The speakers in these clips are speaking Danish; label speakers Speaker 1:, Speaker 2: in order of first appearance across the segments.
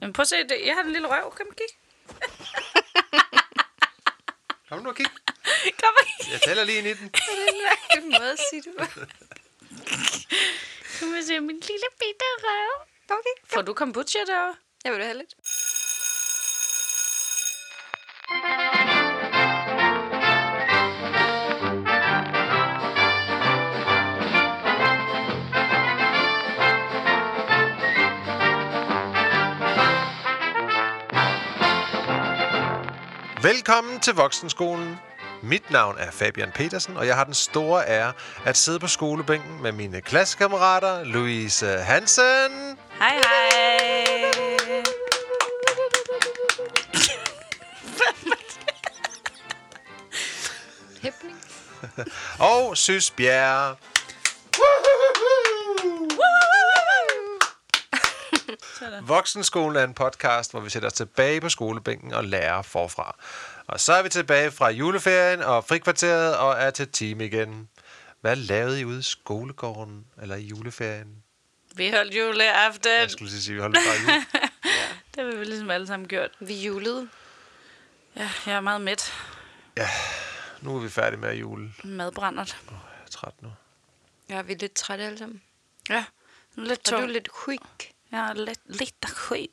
Speaker 1: Men prøv at se, det. jeg har den lille røv. Kom og kig.
Speaker 2: Kom nu og kig.
Speaker 1: Kom og kig.
Speaker 2: Jeg taler lige ind i den.
Speaker 3: På den mærkelige måde, siger du.
Speaker 1: Kom og se min lille bitte røv.
Speaker 3: Okay.
Speaker 1: Får du kombucha derovre?
Speaker 3: Jeg vil du have lidt.
Speaker 2: Velkommen til Voksenskolen. Mit navn er Fabian Petersen, og jeg har den store ære at sidde på skolebænken med mine klassekammerater Louise Hansen,
Speaker 1: Hej, hej.
Speaker 3: Hæbning.
Speaker 2: og Sys Bjerre. Voksenskolen er en podcast, hvor vi sætter os tilbage på skolebænken og lærer forfra. Og så er vi tilbage fra juleferien og frikvarteret og er til team igen. Hvad lavede I ude i skolegården eller i juleferien?
Speaker 1: Vi holdt juleaften.
Speaker 2: Jeg skulle lige sige, vi holdt bare jul.
Speaker 1: Det har vi vel ligesom alle sammen gjort.
Speaker 3: Vi julede.
Speaker 1: Ja, jeg er meget mæt.
Speaker 2: Nu er vi færdige med at jule.
Speaker 1: Madbrændert.
Speaker 2: Åh, jeg er træt nu.
Speaker 3: Ja, vi er lidt trætte alle sammen.
Speaker 1: Ja, lidt
Speaker 3: Og du
Speaker 1: tung.
Speaker 3: er lidt quick.
Speaker 1: Jeg er lidt, lidt syg.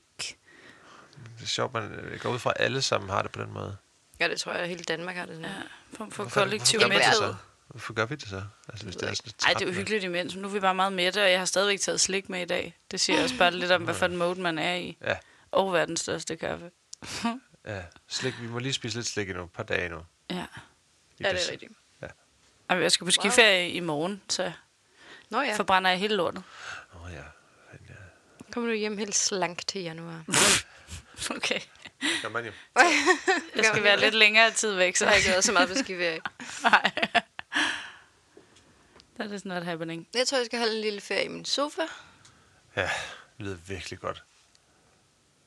Speaker 2: Det er sjovt, man øh, går ud fra, at alle sammen har det på den måde.
Speaker 3: Ja, det tror jeg, at hele Danmark har det sådan.
Speaker 1: Ja,
Speaker 3: Ja.
Speaker 1: form for
Speaker 2: Hvorfor-
Speaker 1: kollektiv
Speaker 2: hvorfor gør vi det
Speaker 1: mæthed.
Speaker 2: så? Hvorfor gør vi det så? Altså, hvis det er sådan lidt
Speaker 1: Ej, det er jo
Speaker 2: trættende.
Speaker 1: hyggeligt imens, men nu er vi bare meget mætte, og jeg har stadigvæk taget slik med i dag. Det siger også bare lidt om, hvad for en mode man er i.
Speaker 2: Ja,
Speaker 1: Og verdens største kaffe.
Speaker 2: ja. Slik, vi må lige spise lidt slik endnu. Et par dage endnu.
Speaker 1: Ja.
Speaker 2: I
Speaker 3: ja, det er
Speaker 2: december.
Speaker 3: rigtigt.
Speaker 1: Jamen, jeg skal på skiferie i morgen, så
Speaker 3: Nå ja,
Speaker 1: forbrænder jeg hele lortet.
Speaker 2: Åh, oh, ja. Fanden, ja.
Speaker 3: kommer du hjem helt slank til januar.
Speaker 1: Okay.
Speaker 2: Det Gør man jo.
Speaker 1: Jeg skal være lidt længere tid væk, så
Speaker 3: Så har jeg ikke været så meget på skiferie.
Speaker 1: Nej. That is not happening.
Speaker 3: Jeg tror, jeg skal holde en lille ferie i min sofa.
Speaker 2: Ja, det lyder virkelig godt.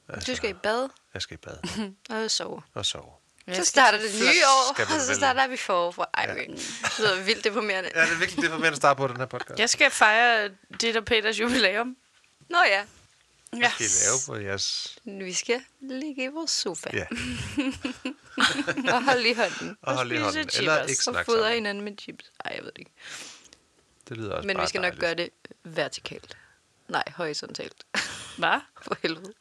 Speaker 2: Altså.
Speaker 3: Du skal i bad
Speaker 2: Jeg skal i bad
Speaker 3: og sove.
Speaker 2: og sove.
Speaker 3: Så starter det nye år,
Speaker 2: skal man
Speaker 3: og så
Speaker 2: vel.
Speaker 3: starter vi forfra. Ej, okay. det lyder vildt deprimerende.
Speaker 2: Ja, det er virkelig det, for at starte på den her podcast.
Speaker 1: Jeg skal fejre dit og Peters jubilæum.
Speaker 3: Nå ja,
Speaker 1: Ja.
Speaker 2: Skal I lave på jeres...
Speaker 3: vi skal ligge i vores sofa
Speaker 2: Ja,
Speaker 3: og holde i hånden.
Speaker 2: og holde i
Speaker 1: spise
Speaker 2: hånden.
Speaker 1: chips
Speaker 2: Eller ikke
Speaker 3: Og
Speaker 2: snakke
Speaker 3: fodre
Speaker 2: sammen.
Speaker 3: hinanden med chips. Ej, jeg ved det ikke.
Speaker 2: Det lyder også Altså
Speaker 3: Men
Speaker 2: bare
Speaker 3: vi skal nok
Speaker 2: dejligt.
Speaker 3: gøre det vertikalt. Nej, horisontalt.
Speaker 1: Hvad?
Speaker 3: For helvede.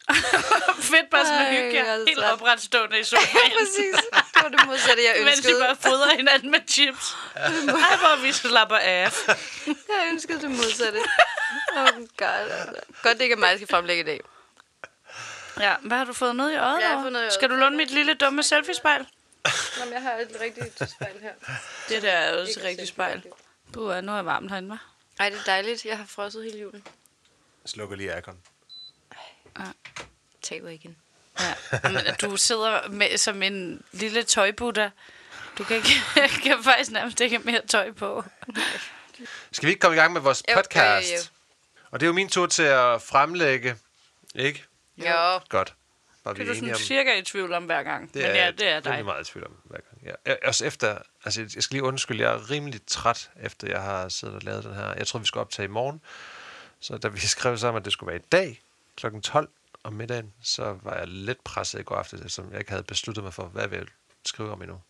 Speaker 1: Fedt bare sådan at
Speaker 3: Ej,
Speaker 1: hygge
Speaker 3: jeg
Speaker 1: jer.
Speaker 3: er
Speaker 1: Helt
Speaker 3: træt.
Speaker 1: opretstående i
Speaker 3: Ja,
Speaker 1: sofaen.
Speaker 3: præcis. Det var det modsatte, jeg
Speaker 1: Mens de
Speaker 3: ønskede.
Speaker 1: bare fodrer hinanden med chips. Ej, hvor vi slapper af.
Speaker 3: Jeg ønskede det modsatte. Oh god. altså. Godt, det ikke er mig, jeg skal fremlægge i dag.
Speaker 1: Ja, hvad har du fået ned i øjet?
Speaker 3: Ja, jeg har
Speaker 1: over?
Speaker 3: fået noget i øjet.
Speaker 1: Skal du låne mit lille dumme selfie-spejl?
Speaker 3: Nå, men jeg har et rigtigt spejl her.
Speaker 1: Det der er også et rigtigt spejl. Buh, nu er jeg varmt herinde, hva'?
Speaker 3: Ej, det er dejligt. Jeg har frosset hele julen.
Speaker 2: Slukker lige aircon.
Speaker 3: Taber igen.
Speaker 1: Ja. Men du sidder med, som en lille tøjbutter. Du kan, ikke, kan faktisk nærmest ikke have mere tøj på.
Speaker 2: Skal vi ikke komme i gang med vores
Speaker 3: Jo, jo, jo,
Speaker 2: podcast?
Speaker 3: jo.
Speaker 2: Og det er jo min tur til at fremlægge. Ikke?
Speaker 3: Jo.
Speaker 2: Godt. Var vi
Speaker 1: Det er du
Speaker 2: enige
Speaker 1: sådan
Speaker 2: om?
Speaker 1: cirka i tvivl om hver gang. Men ja, det er
Speaker 2: Jeg er
Speaker 1: dig.
Speaker 2: meget i tvivl om hver gang. Ja. Jeg, også efter, altså jeg skal lige undskylde, jeg er rimelig træt, efter jeg har siddet og lavet den her. Jeg tror, vi skal optage i morgen. Så da vi skrev sammen, at det skulle være i dag, kl. 12 om middagen, så var jeg lidt presset i går aftes, som jeg ikke havde besluttet mig for, hvad vil jeg skrive om endnu.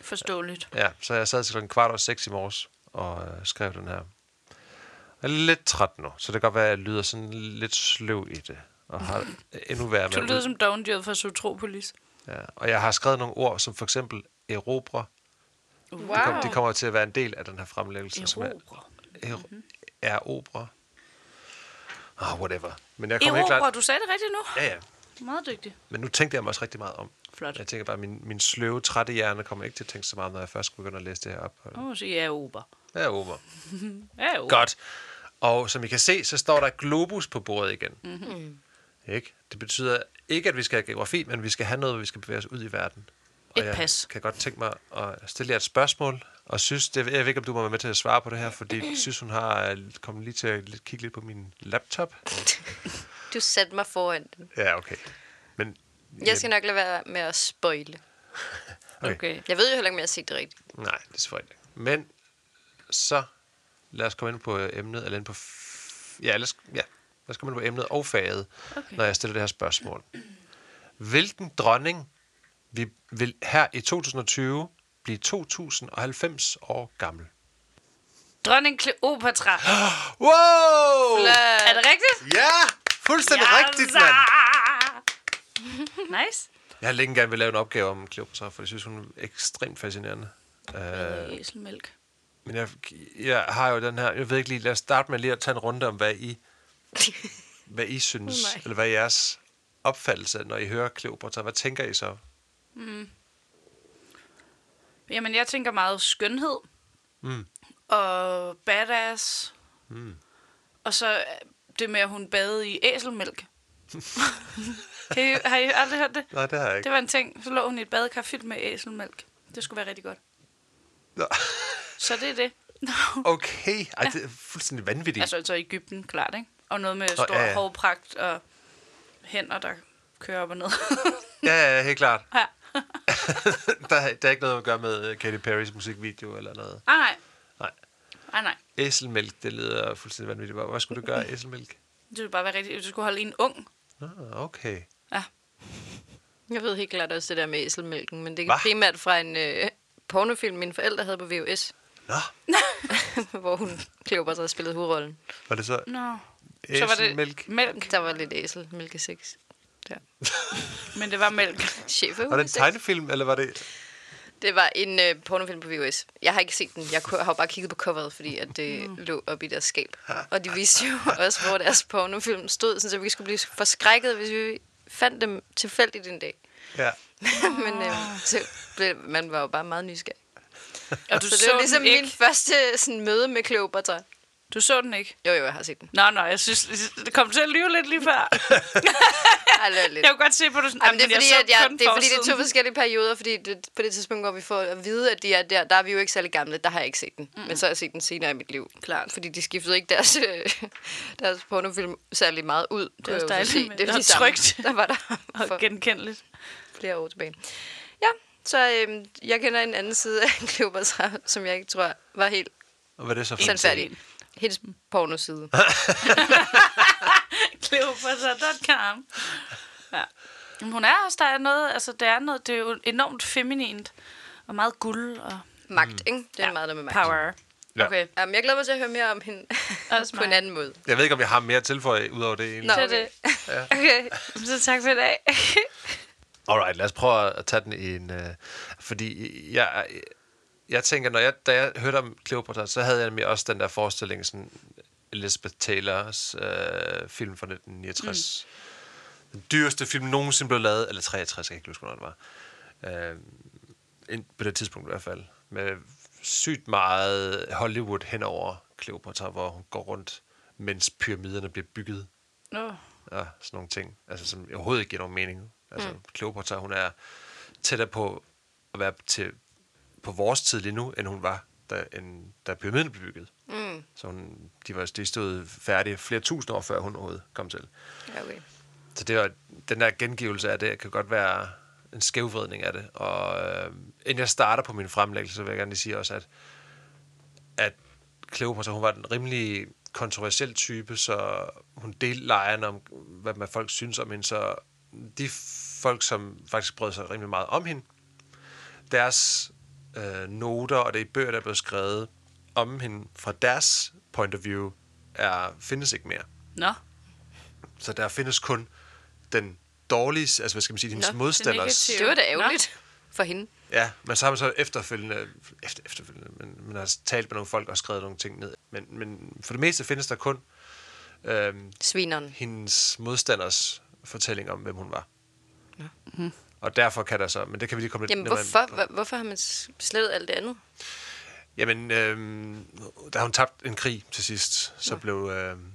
Speaker 1: Forståeligt.
Speaker 2: Ja, så jeg sad til klokken kvart over seks i morges og øh, skrev den her. Jeg er lidt træt nu, så det kan godt være, at jeg lyder sådan lidt sløv i det. Og har endnu værre med
Speaker 1: Du
Speaker 2: at
Speaker 1: lyder som dogendyret fra Sotropolis.
Speaker 2: Ja, og jeg har skrevet nogle ord, som for eksempel erobre. Wow. Det, kom, det kommer til at være en del af den her fremlæggelse. Som er, er,
Speaker 1: Mhm.
Speaker 2: er obre. Oh, whatever. Men jeg kommer ikke
Speaker 1: Erobrer,
Speaker 2: klart...
Speaker 1: du sagde det rigtigt nu.
Speaker 2: Ja, ja.
Speaker 1: Meget dygtig.
Speaker 2: Men nu tænkte jeg mig også rigtig meget om.
Speaker 1: Flot.
Speaker 2: Jeg tænker bare, at min, min sløve, trætte hjerne kommer ikke til at tænke så meget, om, når jeg først begynder at læse det her op.
Speaker 1: Nu må jeg sige, jeg er ober.
Speaker 2: Ja, obre.
Speaker 1: Jeg er ober.
Speaker 2: Godt. Og som I kan se, så står der globus på bordet igen. Mm-hmm. Ikke? Det betyder ikke, at vi skal have geografi, men vi skal have noget, hvor vi skal bevæge os ud i verden. Og
Speaker 1: Et
Speaker 2: jeg
Speaker 1: pas.
Speaker 2: kan godt tænke mig at stille jer et spørgsmål, og synes, det, jeg ved ikke, om du må være med til at svare på det her, fordi jeg synes, hun har øh, kommet lige til at lidt- kigge lidt på min laptop.
Speaker 3: Du satte mig foran den.
Speaker 2: Ja, okay. Men,
Speaker 3: Jeg skal nok lade være med at spoile.
Speaker 2: Okay.
Speaker 1: Okay.
Speaker 3: Jeg ved jo heller ikke, om jeg har set det rigtigt.
Speaker 2: Nej, det er ikke. Men så lad os komme ind på øh, emnet, eller ind på... f- Ja, lad os, ja. Jeg skal man på emnet og faget,
Speaker 1: Okay.
Speaker 2: okay. når jeg stiller det her spørgsmål. Hvilken dronning vi vil her i 2020 blive 2090 år gammel?
Speaker 1: Dronning Kleopatra.
Speaker 2: Wow!
Speaker 1: Er det rigtigt?
Speaker 2: Ja! Fuldstændig ja, altså. rigtigt, mand!
Speaker 1: Nice.
Speaker 2: Jeg har længe gerne vil lave en opgave om Cleopatra, for jeg synes, hun er ekstremt fascinerende. Øh,
Speaker 1: Øh. Æselmælk.
Speaker 2: men jeg, jeg har jo den her... Jeg ved ikke lige... Lad os starte med lige at tage en runde om, hvad I, hvad I synes,
Speaker 3: Nej.
Speaker 2: eller hvad jeres opfattelse, er, når I hører Cleopatra. Hvad tænker I så?
Speaker 1: Jamen, jeg tænker meget skønhed.
Speaker 2: Mm.
Speaker 1: Og badass. Mm. Og så øh, det med, at hun badede i æselmælk. har, I, har I aldrig hørt det?
Speaker 2: Nej, det har jeg ikke.
Speaker 1: Det var en ting. Så lå hun i et badekar fyldt med æselmælk. Det skulle være rigtig godt.
Speaker 2: Nå.
Speaker 1: Så det er det.
Speaker 2: Okay. Ej, det er fuldstændig vanvittigt.
Speaker 1: altså, så Ægypten, klart, ikke? Og noget med
Speaker 2: Nå,
Speaker 1: stor
Speaker 2: ja,
Speaker 1: ja,
Speaker 2: ja.
Speaker 1: hårpragt og hænder, der kører op og ned.
Speaker 2: Ja, ja, helt klart.
Speaker 1: Ja.
Speaker 2: der, er- der er ikke noget at gøre med øh, Katy Perrys musikvideo eller noget.
Speaker 1: ah, nej.
Speaker 2: Nej.
Speaker 1: Ah, nej.
Speaker 2: Æselmælk, det lyder fuldstændig vanvittigt. Hvad hvad skulle du gøre, æselmælk?
Speaker 1: Det skulle bare være rigtigt. Du skulle holde en ung.
Speaker 2: Nå, okay.
Speaker 1: Ja.
Speaker 3: Jeg ved helt klart også det der med æselmælken, men det er
Speaker 2: Hva?
Speaker 3: primært fra en øh, pornofilm, mine forældre havde på VHS,
Speaker 2: Nå,
Speaker 3: hvor hun Kleopatra spillede hovedrollen.
Speaker 2: var det så
Speaker 1: Nå. Så var det
Speaker 2: æselmælk?
Speaker 1: mælk,
Speaker 3: Der var lidt æsel, mælkesex. Der.
Speaker 1: men det var mælk.
Speaker 3: Chef er
Speaker 2: Var det en
Speaker 3: hovedsex.
Speaker 2: tegnefilm, eller var det...
Speaker 3: Det var en øh, pornofilm på VHS. Jeg har ikke set den. Jeg ku- har jo bare kigget på coveret, fordi at det mm. lå op i deres skab. Og de viste jo også, hvor deres pornofilm stod, sådan, så vi ikke skulle blive forskrækket, hvis vi fandt dem tilfældigt en dag.
Speaker 2: Ja.
Speaker 3: Men
Speaker 1: Ah.
Speaker 3: øh, så blev, man var jo bare meget nysgerrig.
Speaker 1: Og du
Speaker 3: Så
Speaker 1: så,
Speaker 3: det var
Speaker 1: ligesom
Speaker 3: ligesom
Speaker 1: den ikke.
Speaker 3: min første sådan, møde med Kleopatra.
Speaker 1: Du så den ikke.
Speaker 3: Jo, jo, jeg har set den.
Speaker 1: Nå, nå, jeg synes, det kom til at lyve lidt lige før.
Speaker 3: Ej, det var lidt.
Speaker 1: Jeg kunne godt se på det sådan,
Speaker 3: Jamen, det er, fordi,
Speaker 1: jeg
Speaker 3: at jeg, det er fordi, det er
Speaker 1: forsiden."
Speaker 3: to forskellige perioder, fordi det, på det tidspunkt, hvor vi får at vide, at de er der, der er vi jo ikke særlig gamle, der har jeg ikke set den. Mm. Men så har jeg set den senere i mit liv. Klart. Fordi de skiftede ikke deres, øh, deres pornofilm særlig meget ud.
Speaker 1: er også
Speaker 3: kan jeg jo
Speaker 1: dejligt,
Speaker 3: så
Speaker 1: men
Speaker 3: Det er
Speaker 1: det
Speaker 3: fordi
Speaker 1: er
Speaker 3: samme-
Speaker 1: trygt.
Speaker 3: Der var der
Speaker 1: og
Speaker 3: for
Speaker 1: genkendeligt.
Speaker 3: flere år tilbage. Ja, så øh, jeg kender en anden side af Kleopatra, som jeg ikke tror var helt
Speaker 2: Og var det så for en
Speaker 3: sandfærdig. Hendes
Speaker 1: Mm.
Speaker 3: pornoside.
Speaker 1: Cleopatra.com ja. Men hun er også, der er noget, altså det er noget, det er jo enormt feminint, og meget guld, og
Speaker 3: Magt, ikke? Det er ja. meget der med magt.
Speaker 1: power.
Speaker 2: Ja.
Speaker 1: Okay.
Speaker 3: Jamen, jeg glæder mig til at høre mere om hende
Speaker 1: Også
Speaker 3: på en
Speaker 1: mig.
Speaker 3: anden måde.
Speaker 2: Jeg ved ikke, om jeg har mere at tilføje ud over det egentlig.
Speaker 3: Nå.
Speaker 1: Det er
Speaker 3: okay.
Speaker 1: det. Okay, så tak for i dag.
Speaker 2: Alright, lad os prøve at tage den i en... Øh, fordi jeg, jeg tænker, når jeg, da jeg hørte om Cleopatra, så havde jeg nemlig også den der forestilling, sådan Elizabeth Taylors øh, film fra 1969. Mm. Den dyreste film nogensinde blev lavet, eller 63, jeg kan ikke huske, hvornår det var. Øh, ind- på det tidspunkt i hvert fald. Med sygt meget Hollywood henover Cleopatra, hvor hun går rundt, mens pyramiderne bliver bygget
Speaker 1: Nå,
Speaker 2: og sådan nogle ting, altså, som overhovedet ikke giver nogen mening. Altså, mm. Cleopatra, hun er tættere på at være til, på vores tid lige nu, end hun var, da, end, da pyramiden blev bygget. Mm. Så hun, de, var, de stod færdige flere tusind år før hun overhovedet kom til.
Speaker 3: Ja, okay.
Speaker 2: Så det var, den der gengivelse af det kan godt være en skævvridning af det. Og øh, inden jeg starter på min fremlæggelse, så vil jeg gerne lige sige også, at, at Cleopatra, hun var den rimelig kontroversiel type, så hun delte lejren om, hvad man folk synes om hende. Så de folk, som faktisk brød sig rimelig meget om hende, deres øh, noter og det bøger, der er blevet skrevet om hende fra deres point of view, er, findes ikke mere.
Speaker 1: Nå.
Speaker 2: Så der findes kun den dårlige, altså hvad skal man sige, hendes
Speaker 3: Nå,
Speaker 2: modstanders.
Speaker 1: negative.
Speaker 3: Det var da
Speaker 1: Nå.
Speaker 3: ærgerligt for hende.
Speaker 2: Ja, men så har man så efterfølgende, efter, efterfølgende men man har talt med nogle folk og skrevet nogle ting ned. Men, men for det meste findes der kun øhm,
Speaker 3: Svineren.
Speaker 2: hendes modstanders fortælling om, hvem hun var. Mm-hmm. Og derfor kan der så, men det kan vi lige komme lidt
Speaker 3: Jamen,
Speaker 2: nærmere ind
Speaker 3: hvorfor,
Speaker 2: på.
Speaker 3: hvor- hvorfor har man s- slettet alt det andet?
Speaker 2: Jamen, øhm, da hun tabte en krig til sidst, så ja. blev... Øhm,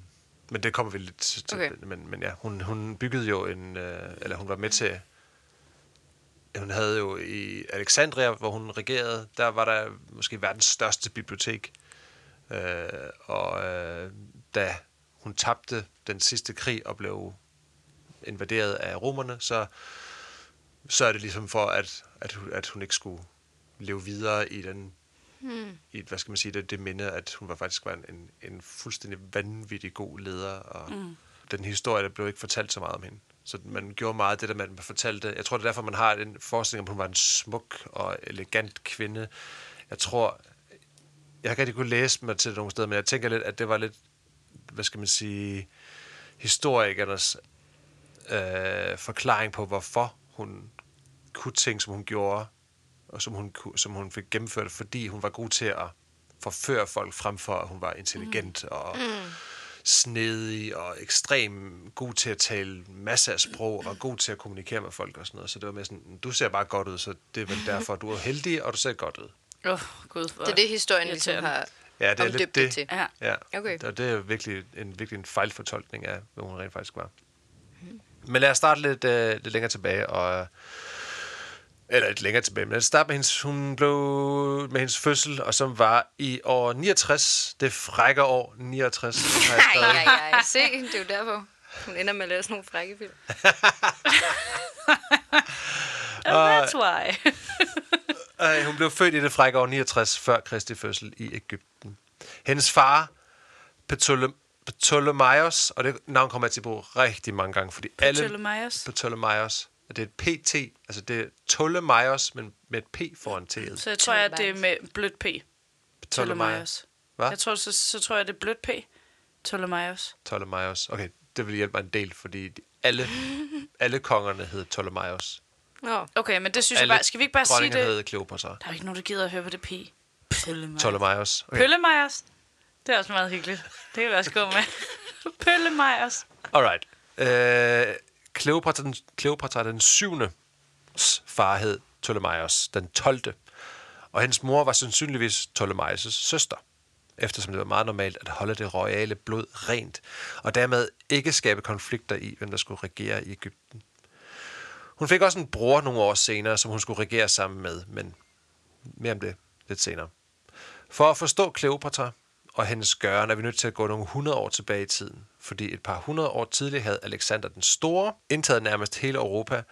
Speaker 2: men det kommer vi lidt til.
Speaker 3: Okay.
Speaker 2: Okay. Men, men ja, hun, hun byggede jo en... Øh, eller hun var med til... Hun havde jo i Alexandria, hvor hun regerede, der var der måske verdens største bibliotek. Øh, og øh, da hun tabte den sidste krig og blev invaderet af romerne, så så er det ligesom for, at, at, hun- at hun ikke skulle leve videre i den i, et- hvad skal man sige, det, det minder, at hun var faktisk var en, en, en fuldstændig vanvittig god leder. Og mm. den historie, der blev ikke fortalt så meget om hende. Så man gjorde meget af det der med, at man fortalte... Jeg tror, det er derfor, man har den forestilling om, at hun var en smuk og elegant kvinde. Jeg tror... Jeg har ikke rigtig kunne læse mig til det nogle steder, men jeg tænker lidt, at det var lidt... Hvad skal man sige... Historikernes øh, forklaring på, hvorfor hun kunne ting, som hun gjorde, og som hun, ku- som hun fik gennemført, fordi hun var god til at forføre folk frem for, at hun var intelligent mm. og mm. snedig og ekstrem god til at tale masser af sprog og god til at kommunikere med folk og sådan noget. Så det var mere sådan, du ser bare godt ud, så det er vel derfor, du er heldig, og du ser godt ud.
Speaker 1: Åh, oh, gud. Hvor
Speaker 3: Det er det, historien ligesom
Speaker 1: irriterende.
Speaker 3: har
Speaker 2: Ja, det er
Speaker 3: omdøbt
Speaker 2: lidt det.
Speaker 3: til.
Speaker 1: Ja.
Speaker 2: Ja,
Speaker 3: Okay.
Speaker 2: og det er virkelig en, virkelig en fejlfortolkning af, hvad hun rent faktisk var. Men lad os starte lidt, øh, lidt længere tilbage, og, øh, eller lidt længere tilbage, men lad os starte med hendes, hun blev med hendes fødsel, og som var i år 69, det frække år 69. har jeg
Speaker 3: Ej,
Speaker 2: skrevet.
Speaker 3: ej, ej. Se, det er jo derfor. Hun ender med at lave sådan nogle frække film.
Speaker 1: Oh, that's why.
Speaker 2: Øh, hun blev født i det frække år 69 før Kristi fødsel i Ægypten. Hendes far, Ptolem- Ptolemaios, og det navn kommer jeg til at bruge rigtig mange gange, fordi alle...
Speaker 1: Ptolemaios.
Speaker 2: Ptolemaios. Og det er et PT, altså det er Ptolemaios, men med et P foran T'et.
Speaker 1: Så jeg tror, at det er med blødt P. Ptolemaios.
Speaker 2: Hvad?
Speaker 1: Jeg tror, så, så tror jeg, det er blødt P. Ptolemaios.
Speaker 2: Ptolemaios. Okay, det vil hjælpe mig en del, fordi de- alle, alle kongerne hed Ptolemaios.
Speaker 3: Nå.
Speaker 1: Okay, men det synes jeg
Speaker 2: Alle
Speaker 1: bare... Skal vi ikke bare sige
Speaker 2: dronningerne
Speaker 1: det?
Speaker 2: hed Kleopatra.
Speaker 1: Der er jo ikke nogen, der gider at høre på det P. Ptolemaios.
Speaker 2: Ptolemaios. Okay.
Speaker 1: Pøllemejers. Det er også meget hyggeligt. Det kan vi også gå med. Pøllemejers.
Speaker 2: Alright. Øh, Kleopatra, den, Kleopatra den syvende far hed Ptolemaios, den 12. Og hendes mor var sandsynligvis Ptolemaios' søster, eftersom det var meget normalt at holde det royale blod rent, og dermed ikke skabe konflikter i, hvem der skulle regere i Ægypten. Hun fik også en bror nogle år senere, som hun skulle regere sammen med, men mere om det lidt senere. For at forstå Kleopatra og hendes gøren er vi nødt til at gå nogle 100 år tilbage i tiden, fordi et par hundrede år tidligere havde Alexander den Store indtaget nærmest hele Europa,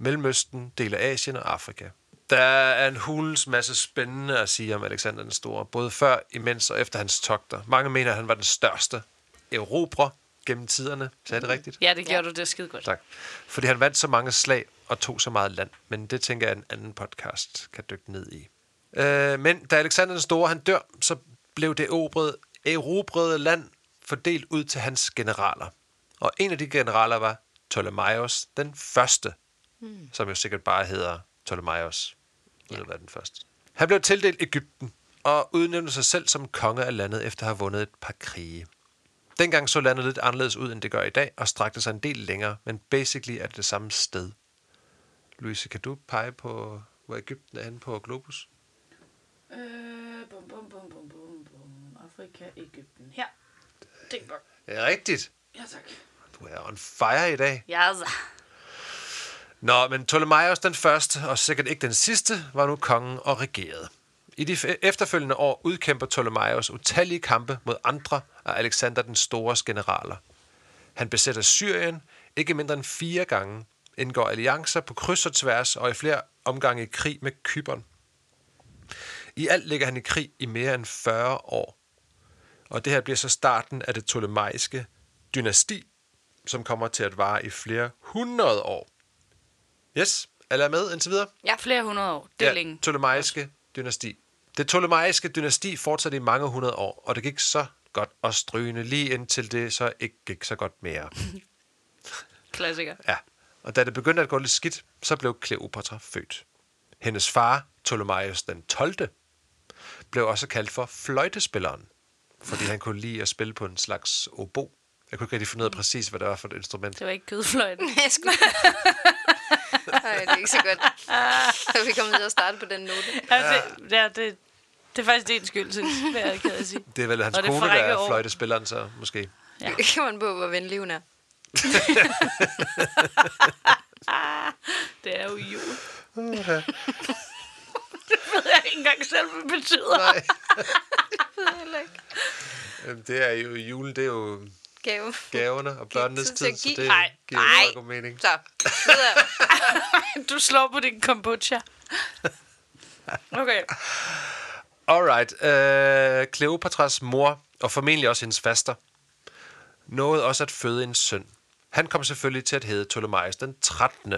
Speaker 2: Mellemøsten, dele af Asien og Afrika. Der er en hulens masse spændende at sige om Alexander den Store, både før, imens og efter hans togter. Mange mener, at han var den største erobrer gennem tiderne. Sagde jeg det rigtigt?
Speaker 1: Ja, det gjorde ja. du. Det er skide godt.
Speaker 2: Tak. Fordi han vandt så mange slag og tog så meget land. Men det tænker jeg, en anden podcast kan dykke ned i. Øh, men da Alexander den Store han dør, så blev det erobrede, erobrede land fordelt ud til hans generaler. Og en af de generaler var Ptolemaios den Første, mm. som jo sikkert bare hedder Ptolemaios. Ja. Hvad den første. Han blev tildelt Ægypten og udnævnte sig selv som konge af landet efter at have vundet et par krige. Dengang så landet lidt anderledes ud, end det gør i dag, og strakte sig en del længere, men basically er det det samme sted. Louise, kan du pege på, hvor Ægypten er henne på Globus?
Speaker 1: Øh, bum, bum, bum, bum, bum, bum. Afrika, Ægypten. Her. Ding, bong.
Speaker 2: Ja, rigtigt.
Speaker 1: Ja, tak.
Speaker 2: Du er on fire i dag.
Speaker 1: Ja, så.
Speaker 2: Nå, men Ptolemaios den første, og sikkert ikke den sidste, var nu kongen og regerede. I de f- efterfølgende år udkæmper Ptolemaios utallige kampe mod andre af Alexander den Stores generaler. Han besætter Syrien ikke mindre end fire gange, indgår alliancer på kryds og tværs og i flere omgange i krig med Kypern. I alt ligger han i krig i mere end 40 år. Og det her bliver så starten af det ptolemaiske dynasti, som kommer til at vare i flere hundrede år. Yes, alle er med indtil videre?
Speaker 1: Ja, flere hundrede år. Det er ja. længe.
Speaker 2: Ptolemaiske dynasti. Det ptolemaiske dynasti fortsatte i mange hundrede år, og det gik så godt og strygende lige indtil det så ikke gik så godt mere.
Speaker 1: Klassiker.
Speaker 2: Ja, og da det begyndte at gå lidt skidt, så blev Kleopatra født. Hendes far, Ptolemaios den 12., blev også kaldt for fløjtespilleren, fordi han kunne lide at spille på en slags obo. Jeg kunne ikke rigtig finde ud af præcis, hvad det var for et instrument.
Speaker 1: Det var ikke kødfløjten.
Speaker 3: Jeg skulle... Ej, det er ikke så godt. Så vi kommer til at starte på den note.
Speaker 1: Ja, det, ja, det, det er faktisk din skyld, synes jeg. Det er jeg ked af at sige.
Speaker 2: Det er vel hans
Speaker 1: Og det
Speaker 2: kone, der
Speaker 1: frække
Speaker 2: er
Speaker 1: år.
Speaker 2: fløjtespilleren, så måske.
Speaker 1: Ja.
Speaker 3: Det kan man på, hvor venlig hun er.
Speaker 1: Det er jo jul. det ved jeg ikke engang selv, hvad det betyder.
Speaker 2: Nej,
Speaker 3: Det ved jeg heller ikke.
Speaker 2: Jamen, det er jo julen, det er jo
Speaker 3: Gave.
Speaker 2: gaverne og børnenes
Speaker 3: tid til
Speaker 2: tid,
Speaker 3: at
Speaker 2: så
Speaker 3: give.
Speaker 2: det
Speaker 1: Nej,
Speaker 2: giver jo
Speaker 1: nej.
Speaker 2: meget god mening.
Speaker 3: Så, videre.
Speaker 1: Du slår på din kombucha. Okay.
Speaker 2: Alright, øh, Kleopatras mor, og formentlig også hendes faster, nåede også at føde en søn. Han kom selvfølgelig til at hedde Ptolemaios den 13.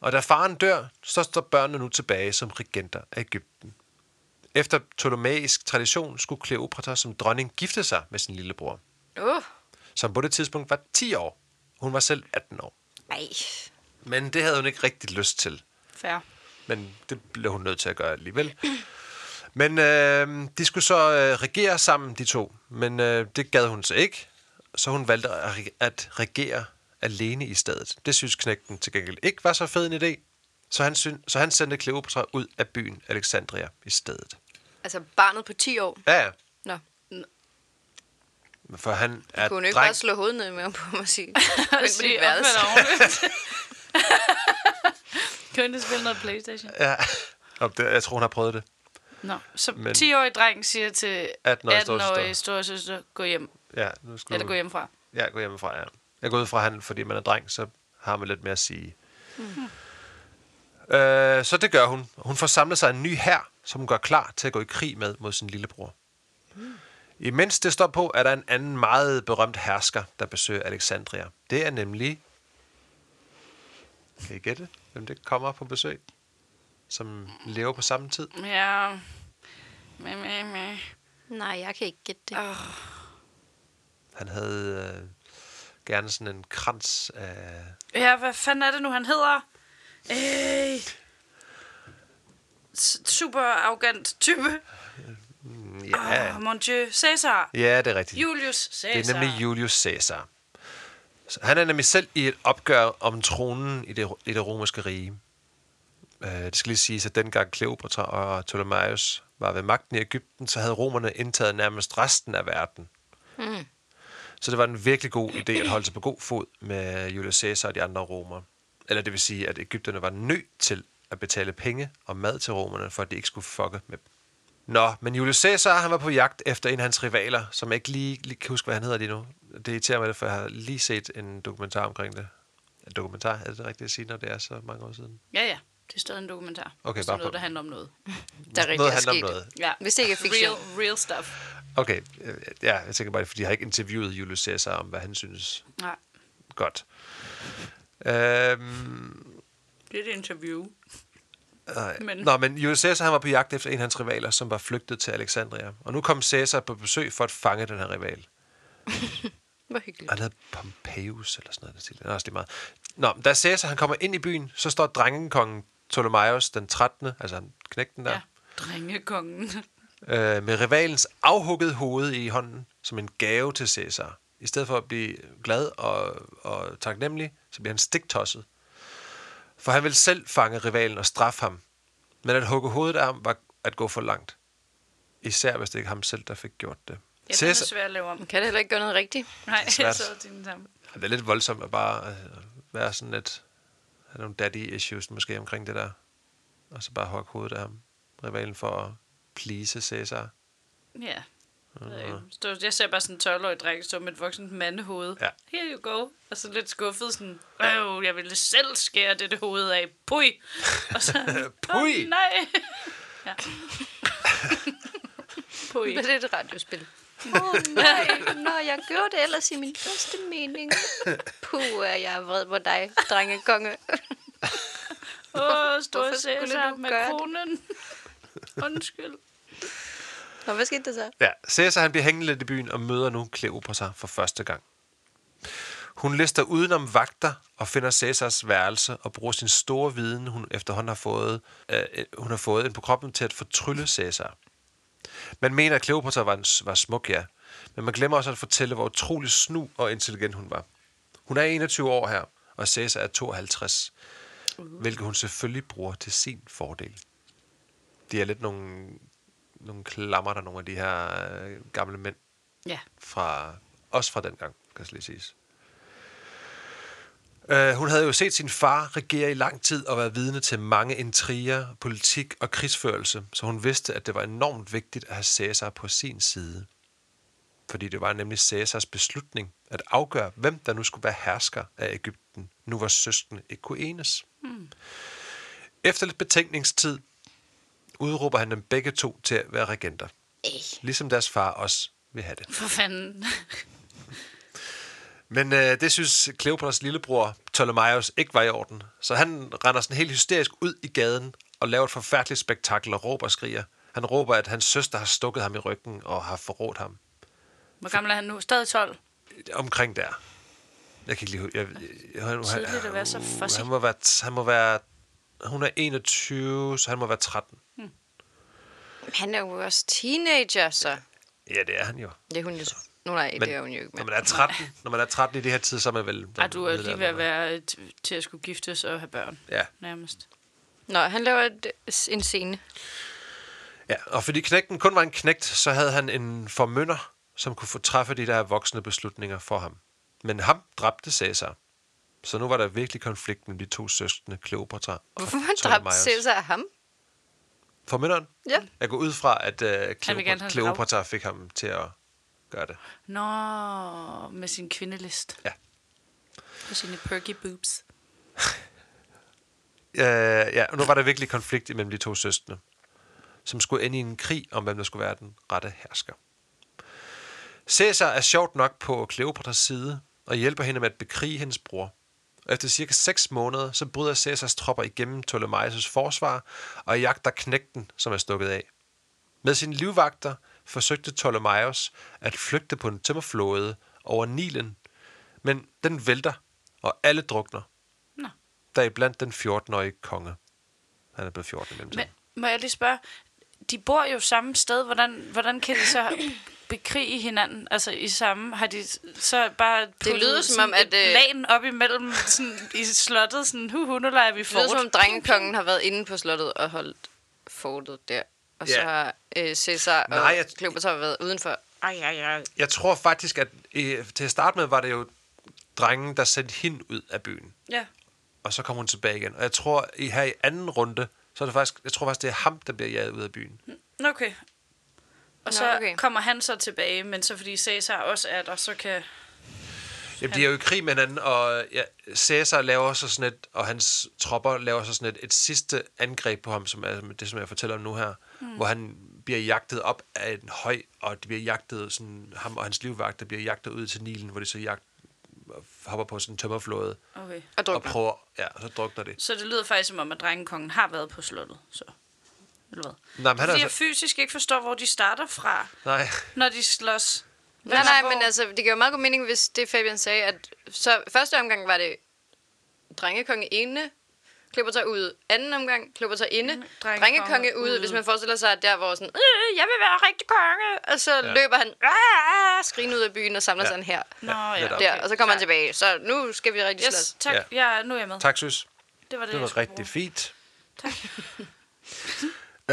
Speaker 2: Og da faren dør, så står børnene nu tilbage som regenter af Ægypten. Efter ptolemæisk tradition skulle Kleopatra som dronning gifte sig med sin lillebror,
Speaker 3: Åh, oh,
Speaker 2: som på det tidspunkt var 10 år. Hun var selv 18 år.
Speaker 3: nej.
Speaker 2: Men det havde hun ikke rigtig lyst til.
Speaker 1: Fair.
Speaker 2: Men det blev hun nødt til at gøre alligevel. Men øh, de skulle så øh, regere sammen, de to. Men øh, det gad hun så ikke. Så hun valgte at reg- at regere alene i stedet. Det synes knægten til gengæld ikke var så fed en idé. Så han, syn- så han sendte Kleopatra ud af byen Alexandria i stedet.
Speaker 3: Altså barnet på 10 år.
Speaker 2: Ja, ja.
Speaker 3: Nå,
Speaker 2: For han er
Speaker 3: kunne hun ikke
Speaker 2: dreng.
Speaker 3: bare slå hovedet ned med ham på mig og sige, gå ind på
Speaker 1: Sige,
Speaker 3: dit
Speaker 1: op
Speaker 3: værelse.
Speaker 1: med dig ordentligt. Kan du spille noget Playstation?
Speaker 2: Ja. Og det, jeg tror, hun har prøvet det.
Speaker 1: Nå, så
Speaker 2: Men-
Speaker 1: 10-årig dreng siger til
Speaker 2: 18-årig
Speaker 1: 18-årige storesøster, gå hjem,
Speaker 2: Ja, nu skulle
Speaker 1: eller gå hjemmefra.
Speaker 2: Ja, gå hjemmefra, ja. Jeg går ud fra, han, fordi man er dreng, så har man lidt mere at sige. Mm. Øh, så det gør hun. Hun får samlet sig en ny hær, som hun gør klar til at gå i krig med mod sin lillebror. Mm. Imens det står på, er der en anden meget berømt hersker, der besøger Alexandria. Det er nemlig... Kan I gætte, hvem det kommer på besøg? Som lever på samme tid?
Speaker 1: Ja, mæ, mæ, mæ.
Speaker 3: Nej, jeg kan ikke gætte det.
Speaker 2: Han havde øh, gerne sådan en krans af...
Speaker 1: ja, hvad fanden er det nu, han hedder? Øh, S- super arrogant type.
Speaker 2: Ja,
Speaker 1: Oh, mon dieu, Cæsar.
Speaker 2: ja det er rigtigt.
Speaker 1: Julius Cæsar.
Speaker 2: Det er nemlig Julius Caesar. Så Han er nemlig selv i et opgør om tronen i det, i det romerske rige. Øh, Det skal lige siges, at dengang Kleopatra og Ptolemaios var ved magten i Ægypten, så havde romerne indtaget nærmest resten af verden. Mm. Så det var en virkelig god idé at holde sig på god fod med Julius Caesar og de andre romere. Eller det vil sige, at Ægypterne var nødt til at betale penge og mad til romerne, for at de ikke skulle fucke med dem. Nå, men Julius Caesar, han var på jagt efter en af hans rivaler, som jeg ikke lige, lige kan huske, hvad han hedder lige nu. Det irriterer mig, lidt, for jeg har lige set en dokumentar omkring det. En dokumentar, er det det rigtigt at sige, når det er så mange år siden?
Speaker 1: Ja, ja. Det er stadig en dokumentar.
Speaker 2: Okay,
Speaker 1: Hvis det
Speaker 2: bare
Speaker 1: er noget,
Speaker 2: på-
Speaker 1: der handler om noget.
Speaker 3: der er rigtig
Speaker 2: noget
Speaker 3: er
Speaker 2: handler om
Speaker 3: sket.
Speaker 2: noget.
Speaker 1: Ja.
Speaker 3: Hvis det ikke er fiktion.
Speaker 1: Real, real stuff.
Speaker 2: Okay, øh, ja, jeg tænker bare, det er, fordi jeg har ikke interviewet Julius Caesar om, hvad han synes
Speaker 1: Nej,
Speaker 2: godt. Øhm,
Speaker 1: det er et interview.
Speaker 2: Nej. Men...
Speaker 1: Men-
Speaker 2: Nå, men Julius Caesar han var på jagt efter en af hans rivaler, som var flygtet til Alexandria. Og nu kom Caesar på besøg for at fange den her rival.
Speaker 3: Hvor hyggeligt.
Speaker 2: Og Han hed Pompeius eller sådan noget. Det er også lige meget. Nå, men da Caesar han kommer ind i byen, så står drengekongen Ptolemaios den 13., altså han knægten der,
Speaker 1: Ja. Drengekongen.
Speaker 2: ja. øh, med rivalens afhugget hoved i hånden, som en gave til Caesar. I stedet for at blive glad og, og taknemmelig, så bliver han stiktosset. For han vil selv fange rivalen og straffe ham. Men at hugge hovedet af ham var at gå for langt. Især hvis det ikke er ham selv, der fik gjort det.
Speaker 1: Ja, det er svært at lave om.
Speaker 3: Man kan da heller ikke gøre noget rigtigt.
Speaker 1: Nej,
Speaker 2: Det er
Speaker 1: jeg
Speaker 2: svært.
Speaker 1: sad og tænkte sammen.
Speaker 2: Ja, Det er lidt voldsomt at bare øh, være sådan lidt... Have nogle daddy issues måske omkring det der. Og så bare hugge hovedet af ham. Rivalen for at please Cæsar.
Speaker 1: Ja. Jeg ved ikke. Stå- Jeg ser bare sådan en 12-årig dreng stå med et voksent mandehoved.
Speaker 2: Ja.
Speaker 1: Here you go. Og så lidt skuffet sådan, Øv, jeg ville selv skære dette hoved af. Pui. Og så,
Speaker 2: Pui!
Speaker 1: "Åh, nej. Ja. Pui.
Speaker 3: Det er et radiospil. Åh oh, nej, når jeg gjorde det ellers i min bedste mening. Puh, er jeg vred på dig, drengekonge.
Speaker 1: Åh, stor
Speaker 3: Hvorfor skulle
Speaker 1: Cæsar
Speaker 3: du
Speaker 1: med
Speaker 3: gøre det?
Speaker 1: kronen. Undskyld.
Speaker 3: Nå, hvad skete der så?
Speaker 2: Ja, Cæsar han bliver hængende lidt i byen og møder nu Kleopatra for første gang. Hun lister udenom vagter og finder Cæsars værelse og bruger sin store viden, hun efterhånden har fået, øh, hun har fået ind på kroppen til at fortrylle Cæsar. Man mener, at Kleopatra var, en, var smuk, ja. Men man glemmer også at fortælle, hvor utrolig snu og intelligent hun var. Hun er 21 år her, og Cæsar er 52. Hvilket hun selvfølgelig bruger til sin fordel. De er lidt nogle, nogle klammer, der nogle af de her øh, gamle mænd
Speaker 1: Ja.
Speaker 2: fra, også fra dengang, kan jeg lige siges. Øh, hun havde jo set sin far regere i lang tid og været vidne til mange intriger, politik og krigsførelse, så hun vidste, at det var enormt vigtigt at have Cæsar på sin side. Fordi det var nemlig Cæsars beslutning at afgøre, hvem der nu skulle være hersker af Ægypten, nu var søskende ikke kunne enes. Mm. Efter lidt betænkningstid udråber han dem begge to til at være regenter,
Speaker 3: Ej,
Speaker 2: ligesom deres far også vil have det.
Speaker 1: For fanden.
Speaker 2: Men øh, det synes Kleopatras lillebror Ptolemaios ikke var i orden, så han render sådan helt hysterisk ud i gaden og laver et forfærdeligt spektakel og råber og skriger. Han råber, at hans søster har stukket ham i ryggen og har forrådt ham.
Speaker 1: Hvor gammel er han nu? Stadig 12?
Speaker 2: Omkring der. Jeg kan ikke lige... hu- Jeg, jeg, jeg, jeg,
Speaker 1: Tidligt at være så fussy.
Speaker 2: han må være, han må være... Hun er 21, så han må være 13.
Speaker 3: Han er jo også teenager, så.
Speaker 2: Ja, det er han jo.
Speaker 3: Det er hun jo... Nu nej, det er hun jo ikke
Speaker 2: når
Speaker 3: mere.
Speaker 2: man er 13, når man er 13 i det her tid, så er man vel...
Speaker 1: Ej, du er lige ved at
Speaker 2: middelalderen.
Speaker 1: være øh, t- til at skulle giftes og have børn,
Speaker 2: Ja.
Speaker 1: nærmest.
Speaker 3: Nå, han laver et, en scene.
Speaker 2: Ja, og fordi knægten kun var en knægt, så havde han en formynder, som kunne få træffe de der voksne beslutninger for ham. Men ham dræbte Cæsar. Så nu var der virkelig konflikt mellem de to søskende, Kleopatra og
Speaker 3: Hvorfor man dræbte
Speaker 2: Ptolemaios.
Speaker 3: Cæsar af ham?
Speaker 2: Formynderen?
Speaker 3: Ja.
Speaker 2: Jeg går ud fra, at uh,
Speaker 1: Han vil gerne have en
Speaker 2: Kleopatra, Kleopatra fik ham til at gøre det.
Speaker 1: Nå, med sin kvindelist.
Speaker 2: Ja.
Speaker 1: Og sine perky boobs.
Speaker 2: Uh, ja, og nu var der virkelig konflikt imellem de to søskende, som skulle ende i en krig om, hvem der skulle være den rette hersker. Caesar er sjovt nok på Kleopatras side og hjælper hende med at bekrige hendes bror. Og Efter cirka 6 måneder, så bryder Caesars tropper igennem Ptolemaios' forsvar og jagter knægten, som er stukket af. Med sine livvagter forsøgte Ptolemaios at flygte på en tømmerflåde over Nilen, men den vælter, og alle drukner
Speaker 1: Nå.
Speaker 2: deriblandt den 14-årige konge. Han er blevet 14 i
Speaker 1: Men
Speaker 2: mellemtiden.
Speaker 1: må jeg lige spørge, de bor jo samme sted, hvordan, hvordan kan de så bekrige hinanden, altså i samme, har de så bare puttet
Speaker 3: lyder som
Speaker 1: sådan
Speaker 3: om, at,
Speaker 1: et
Speaker 3: øh,
Speaker 1: lagen op imellem sådan, i slottet, sådan, hu, hu, nu leger vi
Speaker 3: Det lyder
Speaker 1: fort.
Speaker 3: som om drengekongen har været inde på slottet og holdt fortet der. Og så
Speaker 2: Ja.
Speaker 3: har øh, Cæsar og
Speaker 2: Nej, jeg-
Speaker 3: Kleopatra været udenfor.
Speaker 1: Ej, ej, ej.
Speaker 2: Jeg tror faktisk, at øh, til at starte med var det jo drengen, der sendte hende ud af byen.
Speaker 1: Ja.
Speaker 2: Og så kom hun tilbage igen. Og jeg tror, i her i anden runde, så er det faktisk, jeg tror faktisk, det er ham, der bliver jaget ud af byen.
Speaker 1: Nå, Okay. Og
Speaker 3: Nå,
Speaker 1: så
Speaker 3: okay.
Speaker 1: kommer han så tilbage, men så fordi Cæsar også er der, så kan...
Speaker 2: Jamen, de er jo i krig med hinanden, og ja, Caesar laver så sådan et, og hans tropper laver så sådan et, et sidste angreb på ham, som er det, som jeg fortæller om nu her, mm. hvor han bliver jagtet op af en høj, og de bliver jagtet, sådan, ham og hans livvagter bliver jagtet ud til Nilen, hvor de så jagt, hopper på sådan en tømmerflåde,
Speaker 1: Okay.
Speaker 3: Og
Speaker 2: og
Speaker 3: drukner.
Speaker 2: prøver, ja, og så drukner det.
Speaker 1: Så det lyder faktisk som om, at drengekongen har været på slottet, så... Eller hvad?
Speaker 2: Nej, men han
Speaker 1: Fordi
Speaker 2: er
Speaker 1: jeg
Speaker 2: altså,
Speaker 1: fysisk ikke forstår, hvor de starter fra,
Speaker 2: nej,
Speaker 1: når de slås.
Speaker 3: Nej, nej,
Speaker 1: Hvor-
Speaker 3: men altså, det giver jo meget god mening, hvis det Fabian sagde, at så første omgang var det drengekonge inde, Kleopatra ud. Anden omgang, Kleopatra inde,
Speaker 1: drengekonge
Speaker 3: drengekonge, drengekonge ude.
Speaker 1: ude.
Speaker 3: Hvis man forestiller sig, at der var sådan, øh, jeg vil være rigtig konge, og så ja. løber han, "Ah, ah," skrigende ud af byen og samler
Speaker 2: Ja.
Speaker 3: ja. sig en her.
Speaker 1: Nå, ja.
Speaker 2: netop.
Speaker 1: Okay.
Speaker 3: Der, og så kommer han
Speaker 1: Klart.
Speaker 3: tilbage. Så nu skal vi rigtig yes.
Speaker 1: Yes,
Speaker 3: slås.
Speaker 1: tak. Ja. Ja, nu er jeg med.
Speaker 2: tak, søs.
Speaker 1: Det var det,
Speaker 2: Det
Speaker 1: jeg
Speaker 2: var
Speaker 1: skulle
Speaker 2: rigtig
Speaker 1: bruge.
Speaker 2: fint. Tak.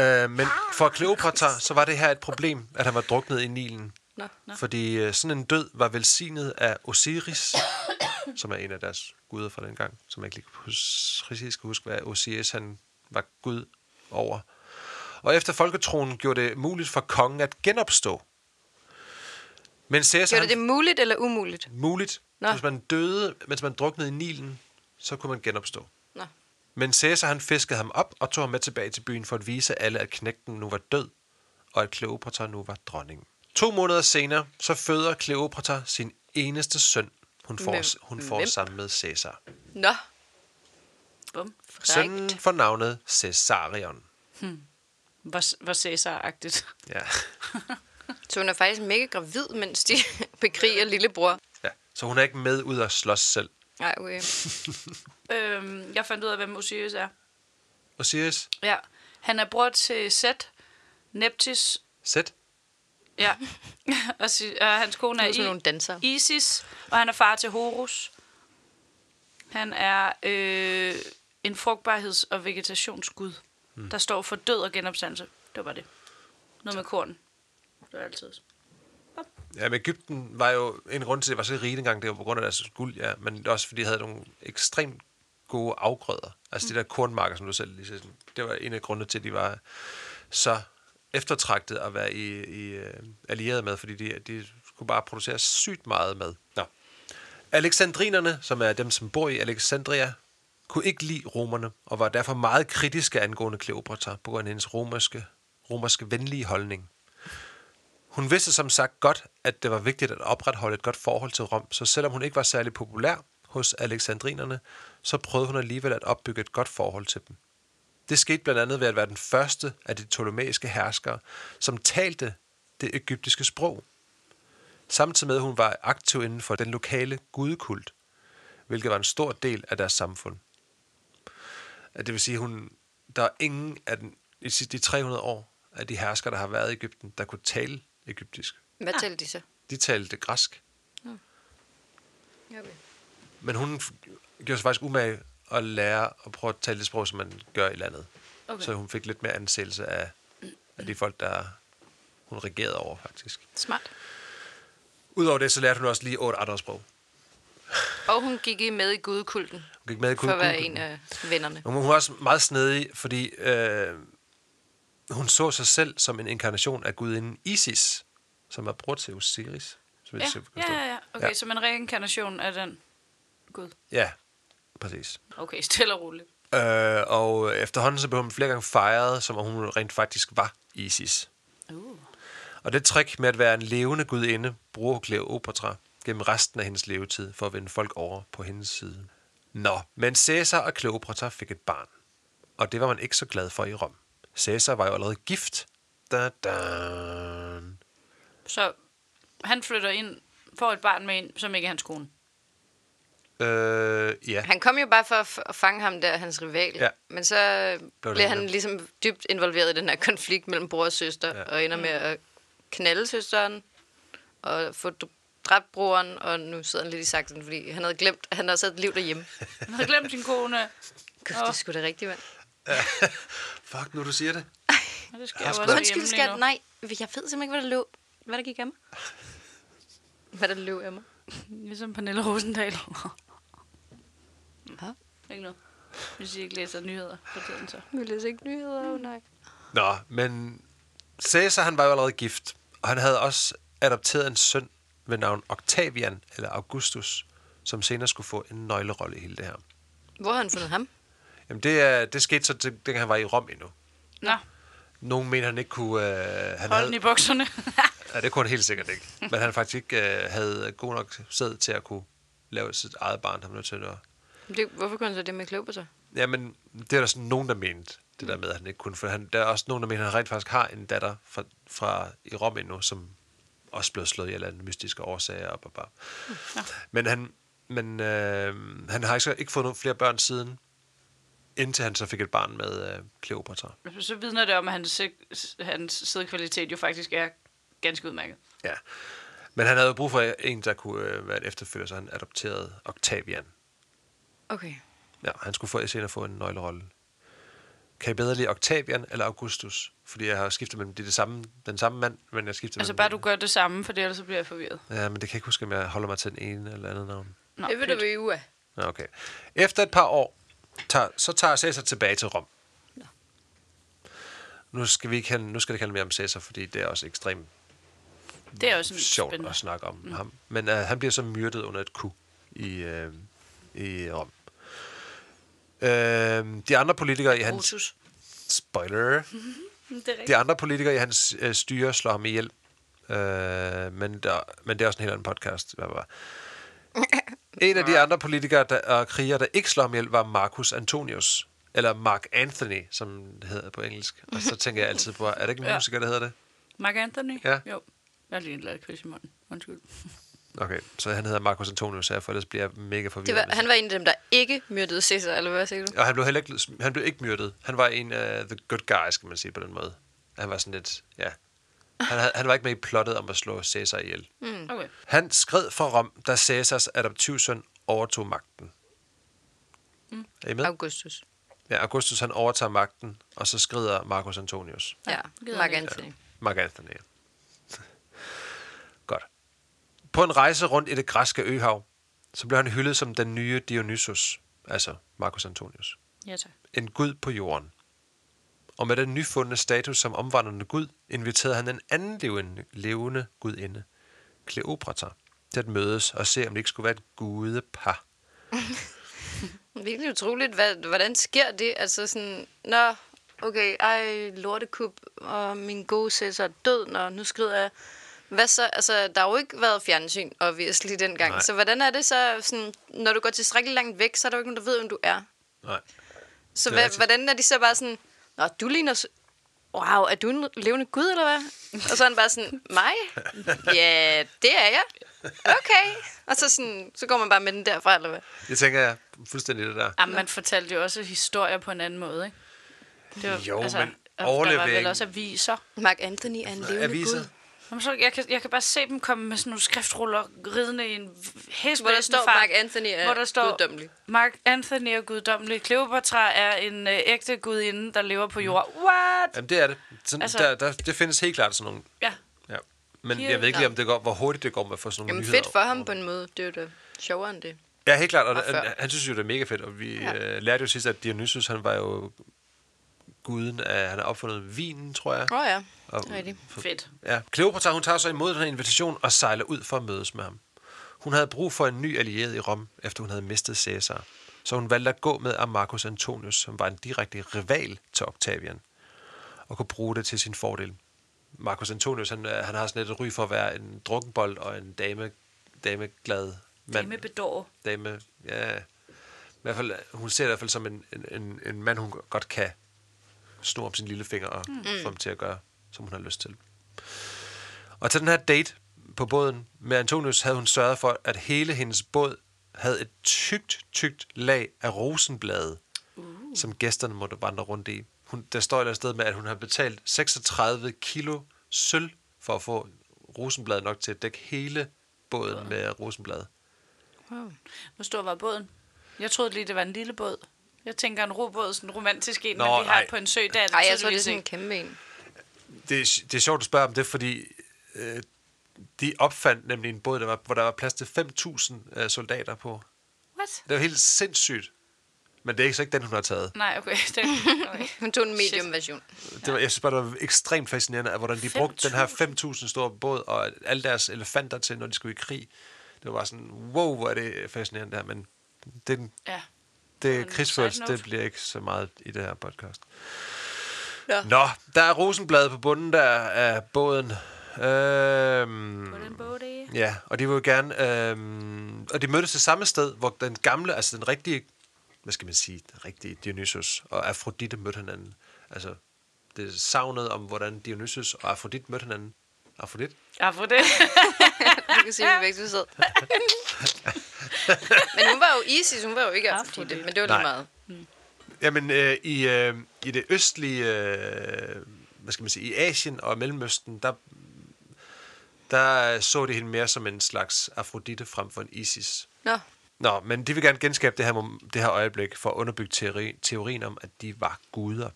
Speaker 2: øh, men for Kleopatra, så var det her et problem, at han var druknet i Nilen.
Speaker 3: Nå,
Speaker 2: Nå. Fordi øh, sådan en død var velsignet af Osiris, som er en af deres guder fra den gang, som jeg ikke lige kan hus- præcis kan huske, hvad Osiris han var gud over. Og efter folketronen gjorde det muligt for kongen at genopstå. Men Caesar,
Speaker 3: Gjorde det
Speaker 2: han
Speaker 3: det muligt eller umuligt?
Speaker 2: muligt. Nå.
Speaker 3: Nå.
Speaker 2: Hvis man døde, mens man druknede i Nilen, så kunne man genopstå.
Speaker 3: Nå.
Speaker 2: Men Caesar han fiskede ham op og tog ham med tilbage til byen for at vise alle, at knægten nu var død, og at Kleopatra nu var dronningen. To måneder senere, så føder Kleopatra sin eneste søn, hun får,
Speaker 3: Hvem-
Speaker 2: hun får
Speaker 3: hvem?
Speaker 2: sammen med Caesar.
Speaker 3: Nå,
Speaker 1: Bum.
Speaker 2: Sønnen får navnet Caesarion.
Speaker 1: Hvor, hvor Cæsar-agtigt.
Speaker 2: Ja.
Speaker 3: Så hun er faktisk mega gravid, mens de bekriger lillebror.
Speaker 2: ja. Så hun er ikke med ud og slås selv.
Speaker 3: Nej, okay.
Speaker 1: øhm, jeg fandt ud af, hvem Osiris er.
Speaker 2: Osiris,
Speaker 1: Ja. Han er bror til Set, Neptis,
Speaker 2: sæt.
Speaker 1: ja. og, si- og hans kone
Speaker 3: Det
Speaker 1: er
Speaker 3: er sådan nogle
Speaker 1: I-
Speaker 3: dansere.
Speaker 1: Isis, og han er far til Horus. Han er øh, en frugtbarheds- og vegetationsgud, mm. der står for død og genopstandelse. Det var det. Noget med korn. Det var altid.
Speaker 2: Ja, men Ægypten var jo en grund til, at det var så rige dengang, det var på grund af deres guld, ja, men også fordi de havde nogle ekstremt gode afgrøder. Altså mm. de der kornmarker, som du selv lige sagde, sådan, det var en af grundene til, at de var så eftertragtet at være i, i øh, allieret med, fordi de, de kunne bare producere sygt meget mad. Nå. Alexandrinerne, som er dem, som bor i Alexandria, kunne ikke lide romerne, og var derfor meget kritiske angående Kleopatra, på grund af hendes romerske, romerske venlige holdning. Hun vidste som sagt godt, at det var vigtigt at opretholde et godt forhold til Rom, så selvom hun ikke var særlig populær hos alexandrinerne, så prøvede hun alligevel at opbygge et godt forhold til dem. Det skete blandt andet ved at være den første af de ptolemæiske herskere, som talte det egyptiske sprog. Samtidig med, at hun var aktiv inden for den lokale gudekult, hvilket var en stor del af deres samfund. At det vil sige, hun, der er ingen af den, i sidste- de 300 år af de herskere, der har været i Ægypten, der kunne tale egyptisk.
Speaker 3: Hvad talte de så?
Speaker 2: De talte græsk,
Speaker 3: Okay.
Speaker 2: men hun f- gjorde sig faktisk umage at lære at prøve at tale det sprog, som man gør i landet.
Speaker 1: Okay.
Speaker 2: Så hun fik lidt mere ansættelse af, af de folk, der hun regerede over, faktisk.
Speaker 1: Smart.
Speaker 2: Udover det, så lærte hun også lige otte andre sprog.
Speaker 3: Og hun gik i med i gudekulten,
Speaker 2: Hun gik med i
Speaker 3: for at være
Speaker 2: gudekulten.
Speaker 3: en af vennerne.
Speaker 2: Hun hun var også meget snedig, fordi øh, hun så sig selv som en inkarnation af gudinden Isis, som var bror til Osiris. Så vidt
Speaker 1: Ja,
Speaker 2: jeg
Speaker 1: ja,
Speaker 2: forstod.
Speaker 1: ja, ja. Okay,
Speaker 2: Ja.
Speaker 1: ja. som en reinkarnation af den. Gud.
Speaker 2: ja, præcis.
Speaker 1: Okay, stille og roligt.
Speaker 2: Øh, og efterhånden så blev hun flere gange fejret, som om hun rent faktisk var Isis.
Speaker 1: Uh.
Speaker 2: Og det trick med at være en levende gudinde bruger Kleopatra gennem resten af hendes levetid for at vinde folk over på hendes side. Nå, men Caesar og Kleopatra fik et barn. Og det var man ikke så glad for i Rom. Caesar var jo allerede gift. Da, da.
Speaker 1: Så han flytter ind, får et barn med en, som ikke er hans kone.
Speaker 2: Øh, ja,
Speaker 3: Han kom jo bare for at f- at fange ham der, hans rival.
Speaker 2: Ja.
Speaker 3: Men så
Speaker 2: det
Speaker 3: blev, blev han
Speaker 2: ham.
Speaker 3: ligesom dybt involveret i den her konflikt mellem bror og søster,
Speaker 2: Ja.
Speaker 3: ja. og ender med at knalde søsteren, og få dr- dræbt broren, og nu sidder han lidt i saksen, fordi han havde glemt, at han også havde et liv derhjemme.
Speaker 1: Han havde glemt sin kone.
Speaker 3: Gud, det er sgu da rigtigt, mand.
Speaker 2: fuck nu du siger det.
Speaker 1: Og det sker
Speaker 2: Jeg
Speaker 1: jo
Speaker 2: har
Speaker 1: også
Speaker 2: skrevet-
Speaker 1: hjemme
Speaker 3: Undskyld,
Speaker 1: lige nu.
Speaker 3: skat. Nej, jeg ved simpelthen ikke, hvad der løb. Hvad der gik af mig. Hvad der løb af mig.
Speaker 1: Ligesom Pernille Rosendal.
Speaker 3: Hvad?
Speaker 1: ikke noget. Hvis I ikke læser nyheder på tiden, så.
Speaker 3: Vi læser ikke nyheder, oh, nej.
Speaker 2: Nå, men Caesar han var jo allerede gift, og han havde også adopteret en søn ved navn Octavian, eller Augustus, som senere skulle få en nøglerolle i hele det her.
Speaker 3: Hvor har han fundet ham?
Speaker 2: Jamen det, er- det skete så, til- dengang han var i Rom endnu.
Speaker 1: Nå,
Speaker 2: Nogen mener, han ikke kunne... Øh, han
Speaker 1: hold den
Speaker 2: havde,
Speaker 1: i bukserne.
Speaker 2: ja, det kunne han helt sikkert ikke. Men han faktisk ikke øh, havde god nok sæd til at kunne lave sit eget barn. Han var nødt til at...
Speaker 3: Det, hvorfor kunne han så det med Kleopatra?
Speaker 2: Jamen, det er der sådan nogen, der mente, det der med, at han ikke kunne. For han, der er også nogen, der mener, at han rent faktisk har en datter fra, fra i Rom endnu, som også blev slået ihjel af mystiske årsager. Op og bare. Men, han, men øh, han har ikke, så- ikke fået nogen flere børn siden, indtil han så fik et barn med øh, Kleopatra.
Speaker 1: så vidner det om, at hans, sæk- hans sædkvalitet jo faktisk er ganske udmærket.
Speaker 2: Ja. Men han havde jo brug for en, der kunne øh, være en efterfølger, så han adopterede Octavian.
Speaker 3: Okay.
Speaker 2: Ja, han skulle få, senere få en nøglerolle. Kan I bedre lide Octavian eller Augustus? Fordi jeg har skiftet mellem, det er det samme, den samme mand, men jeg skifter
Speaker 1: Altså
Speaker 2: mellem
Speaker 1: bare du gør det samme, for ellers så bliver jeg forvirret.
Speaker 2: Ja, men det kan jeg ikke huske, om jeg holder mig til den ene eller anden navn.
Speaker 1: Nå,
Speaker 3: det ved du
Speaker 1: fedt.
Speaker 3: ved Ua.
Speaker 2: Nå, okay. Efter et par år, tager, så tager Cæsar tilbage til Rom. Nu skal, vi ikke handle, nu skal det ikke handle mere om Cæsar, fordi det er også ekstremt
Speaker 1: det er også en
Speaker 2: sjovt
Speaker 1: spændende.
Speaker 2: at snakke om mm. ham. Men øh, han bliver så myrdet under et ku i, øh, i Rom. Øh, de andre politikere i hans...
Speaker 1: Brutus.
Speaker 2: Spoiler.
Speaker 1: Mm, Det er rigtigt.
Speaker 2: De andre politikere i hans øh, styre slår ham ihjel. Øh, men, der, men det er også en helt anden podcast. Hvad var. En af de andre politikere der, og krigere, der ikke slår ham ihjel, var Marcus Antonius. Eller Mark Anthony, som det hedder på engelsk. Og så tænker jeg altid på, er det ikke en
Speaker 1: Ja.
Speaker 2: musiker, der hedder det?
Speaker 1: Mark Anthony?
Speaker 2: Ja.
Speaker 1: Jo. Jeg har lige lavet Chris i munden. Undskyld.
Speaker 2: Okay, så han hedder Marcus Antonius her, for ellers bliver jeg mega forvirret.
Speaker 3: Det
Speaker 2: hvis
Speaker 3: var,
Speaker 2: jeg
Speaker 3: han var en af dem, der ikke myrdede Cæsar, eller hvad siger du?
Speaker 2: Og han blev heller ikke, han blev ikke myrdet. Han var en af uh, the good guys, kan man sige på den måde. Han var sådan lidt, ja. Han, havde- han var ikke med i plottet om at slå Caesar ihjel. Mm.
Speaker 3: Hmm.
Speaker 1: Okay.
Speaker 2: Han skred fra Rom, da Caesars adoptivsøn overtog magten.
Speaker 3: Hmm.
Speaker 2: Mm. Er I med?
Speaker 3: Augustus.
Speaker 2: Ja, Augustus han overtager magten, og så skrider Marcus Antonius.
Speaker 3: Ja,
Speaker 1: gider
Speaker 3: Mark
Speaker 1: han
Speaker 3: Anthony.
Speaker 2: Mark Anthony. Godt. På en rejse rundt i det græske øhav, så blev han hyldet som den nye Dionysus, altså Marcus Antonius.
Speaker 1: Ja, tak.
Speaker 2: en gud på jorden. Og med den nyfundne status som omvandrende gud, inviterede han en anden levende, levende gudinde, Kleopatra, til at mødes og se, om det ikke skulle være et gudepar.
Speaker 3: Virkelig utroligt, hvad, hvordan sker det? Altså sådan, nå, okay, ej, lortekup, og min gode Cæsar er død, nå, nu skrider jeg Hvad så? Altså, der har jo ikke været fjernsyn, obviously, dengang.
Speaker 2: Nej.
Speaker 3: Nej. Så hvordan er det så, sådan, når du går tilstrækkeligt langt væk, så er der jo ikke nogen, der ved, hvem du er.
Speaker 2: Nej.
Speaker 3: Så
Speaker 2: Det er
Speaker 3: hvad,
Speaker 2: rigtigt.
Speaker 3: hvordan er de så bare sådan, Nå, du ligner... s- Wow, er du en levende gud, eller hvad? Og så er han bare sådan, mig? Ja, det er jeg. Okay. Og så, sådan, så går man bare med den derfra, eller hvad?
Speaker 2: Det tænker jeg fuldstændig det der.
Speaker 1: Jamen, man fortalte jo også historier på en anden måde, ikke? Det var, altså,
Speaker 2: Jo, men
Speaker 1: og Der var
Speaker 2: overleveringen-
Speaker 1: vel også aviser.
Speaker 3: Mark Anthony er en levende
Speaker 2: Altså, Aviser.
Speaker 3: gud.
Speaker 1: Jamen, så jeg, kan, jeg kan bare se dem komme med sådan nogle skriftruller ridende i en hest.
Speaker 3: Hvor der står, Mark Anthony er
Speaker 1: hvor der står,
Speaker 3: guddommelig.
Speaker 1: Mark Anthony er guddommelig. Cleopatra er en øh, ægte gudinde, der lever på jord. What?
Speaker 2: Jamen, det er det. Sådan, altså,
Speaker 1: Altså-
Speaker 2: der, der, det findes helt klart sådan nogle.
Speaker 1: Ja.
Speaker 2: Ja. Men
Speaker 1: Here-
Speaker 2: jeg ved ikke lige, om det går, hvor hurtigt det går med at få sådan nogle
Speaker 3: Jamen
Speaker 2: nyheder.
Speaker 3: fedt for ham på en måde. Det er jo da sjovere end det.
Speaker 2: Ja, helt klart. Og,
Speaker 3: Og
Speaker 2: han,
Speaker 3: før.
Speaker 2: han synes jo, det er mega fedt. Og vi ja. øh, lærte jo sidst, at Dionysus, han var jo guden af, han har opfundet vinen, tror jeg.
Speaker 3: Åh oh, ja,
Speaker 2: Og-
Speaker 3: rigtigt.
Speaker 1: Fedt.
Speaker 2: Ja, Kleopatra, hun tager så imod den her invitation og sejler ud for at mødes med ham. Hun havde brug for en ny allieret i Rom, efter hun havde mistet Caesar. Så hun valgte at gå med Marcus Antonius, som var en direkte rival til Octavian, og kunne bruge det til sin fordel. Marcus Antonius, han, øh, han har sådan lidt et ry for at være en drukkenbold og en dame, dameglad mand.
Speaker 1: Dame bedår.
Speaker 2: Dame, ja. I hvert fald, hun ser det i hvert fald som en, en, en, en mand, hun godt kan snor om sin lillefinger og mm. få ham til at gøre, som hun har lyst til. Og til den her date på båden med Antonius havde hun sørget for, at hele hendes båd havde et tykt, tykt lag af rosenblade, uh. som gæsterne måtte vandre rundt i. Hun, der står et eller andet sted med, at hun har betalt 36 kilo sølv for at få rosenblad nok til at dække hele båden med rosenblad.
Speaker 1: Hvor stor var båden? Jeg troede lige, det var en lille båd. Jeg tænker en robåd, sådan en romantisk en,
Speaker 2: Nå,
Speaker 1: Nå, man lige har
Speaker 2: nej.
Speaker 1: på en sø. Der er det
Speaker 3: Nej, jeg tror, det er
Speaker 1: tydeligvis
Speaker 3: sådan en
Speaker 1: ikke.
Speaker 3: kæmpe en.
Speaker 2: det, er- det er sjovt, du spørger om det, fordi øh, de opfandt nemlig en båd, der var, hvor der var plads til 5.000 øh, soldater på.
Speaker 1: What?
Speaker 2: Det var helt sindssygt. Men det er ikke så ikke den, hun har taget.
Speaker 1: Nej, okay. Det, okay.
Speaker 3: Hun tog en medium version.
Speaker 2: Det var, jeg synes bare, det var ekstremt fascinerende, at hvordan de brugte den her 5.000 store båd og alle deres elefanter til, når de skulle i krig. Det var sådan, wow, hvor er det fascinerende der, men det, er den-
Speaker 1: Ja.
Speaker 2: det er
Speaker 1: en
Speaker 2: krigsførelse,
Speaker 1: side note.
Speaker 2: det bliver ikke så meget i det her podcast.
Speaker 3: Nå.
Speaker 2: Nå, der er rosenblad på bunden der af båden. Øhm,
Speaker 1: På den båd, det er.
Speaker 2: Ja, og de vil jo gerne... Øhm, og de mødtes det samme sted, hvor den gamle, altså den rigtige, hvad skal man sige, den rigtige Dionysus og Afrodite mødte hinanden. Altså, det er savnet om, hvordan Dionysus og Afrodite mødte hinanden. Afrodite?
Speaker 1: Ja, for det.
Speaker 3: Du kan sige, at vi begge to sidder. Men hun var jo Isis, hun var jo ikke Afrodite, men Ah, det var lige
Speaker 2: Nej.
Speaker 3: meget.
Speaker 2: Jamen, øh, i, øh, i det østlige, øh, hvad skal man sige, i Asien og Mellemøsten, der, der så de hende mere som en slags Afrodite frem for en Isis.
Speaker 3: Nå,
Speaker 2: Nå, men de vil gerne genskabe det her, mom- det her øjeblik for at underbygge teori, teorien om, at de var guder.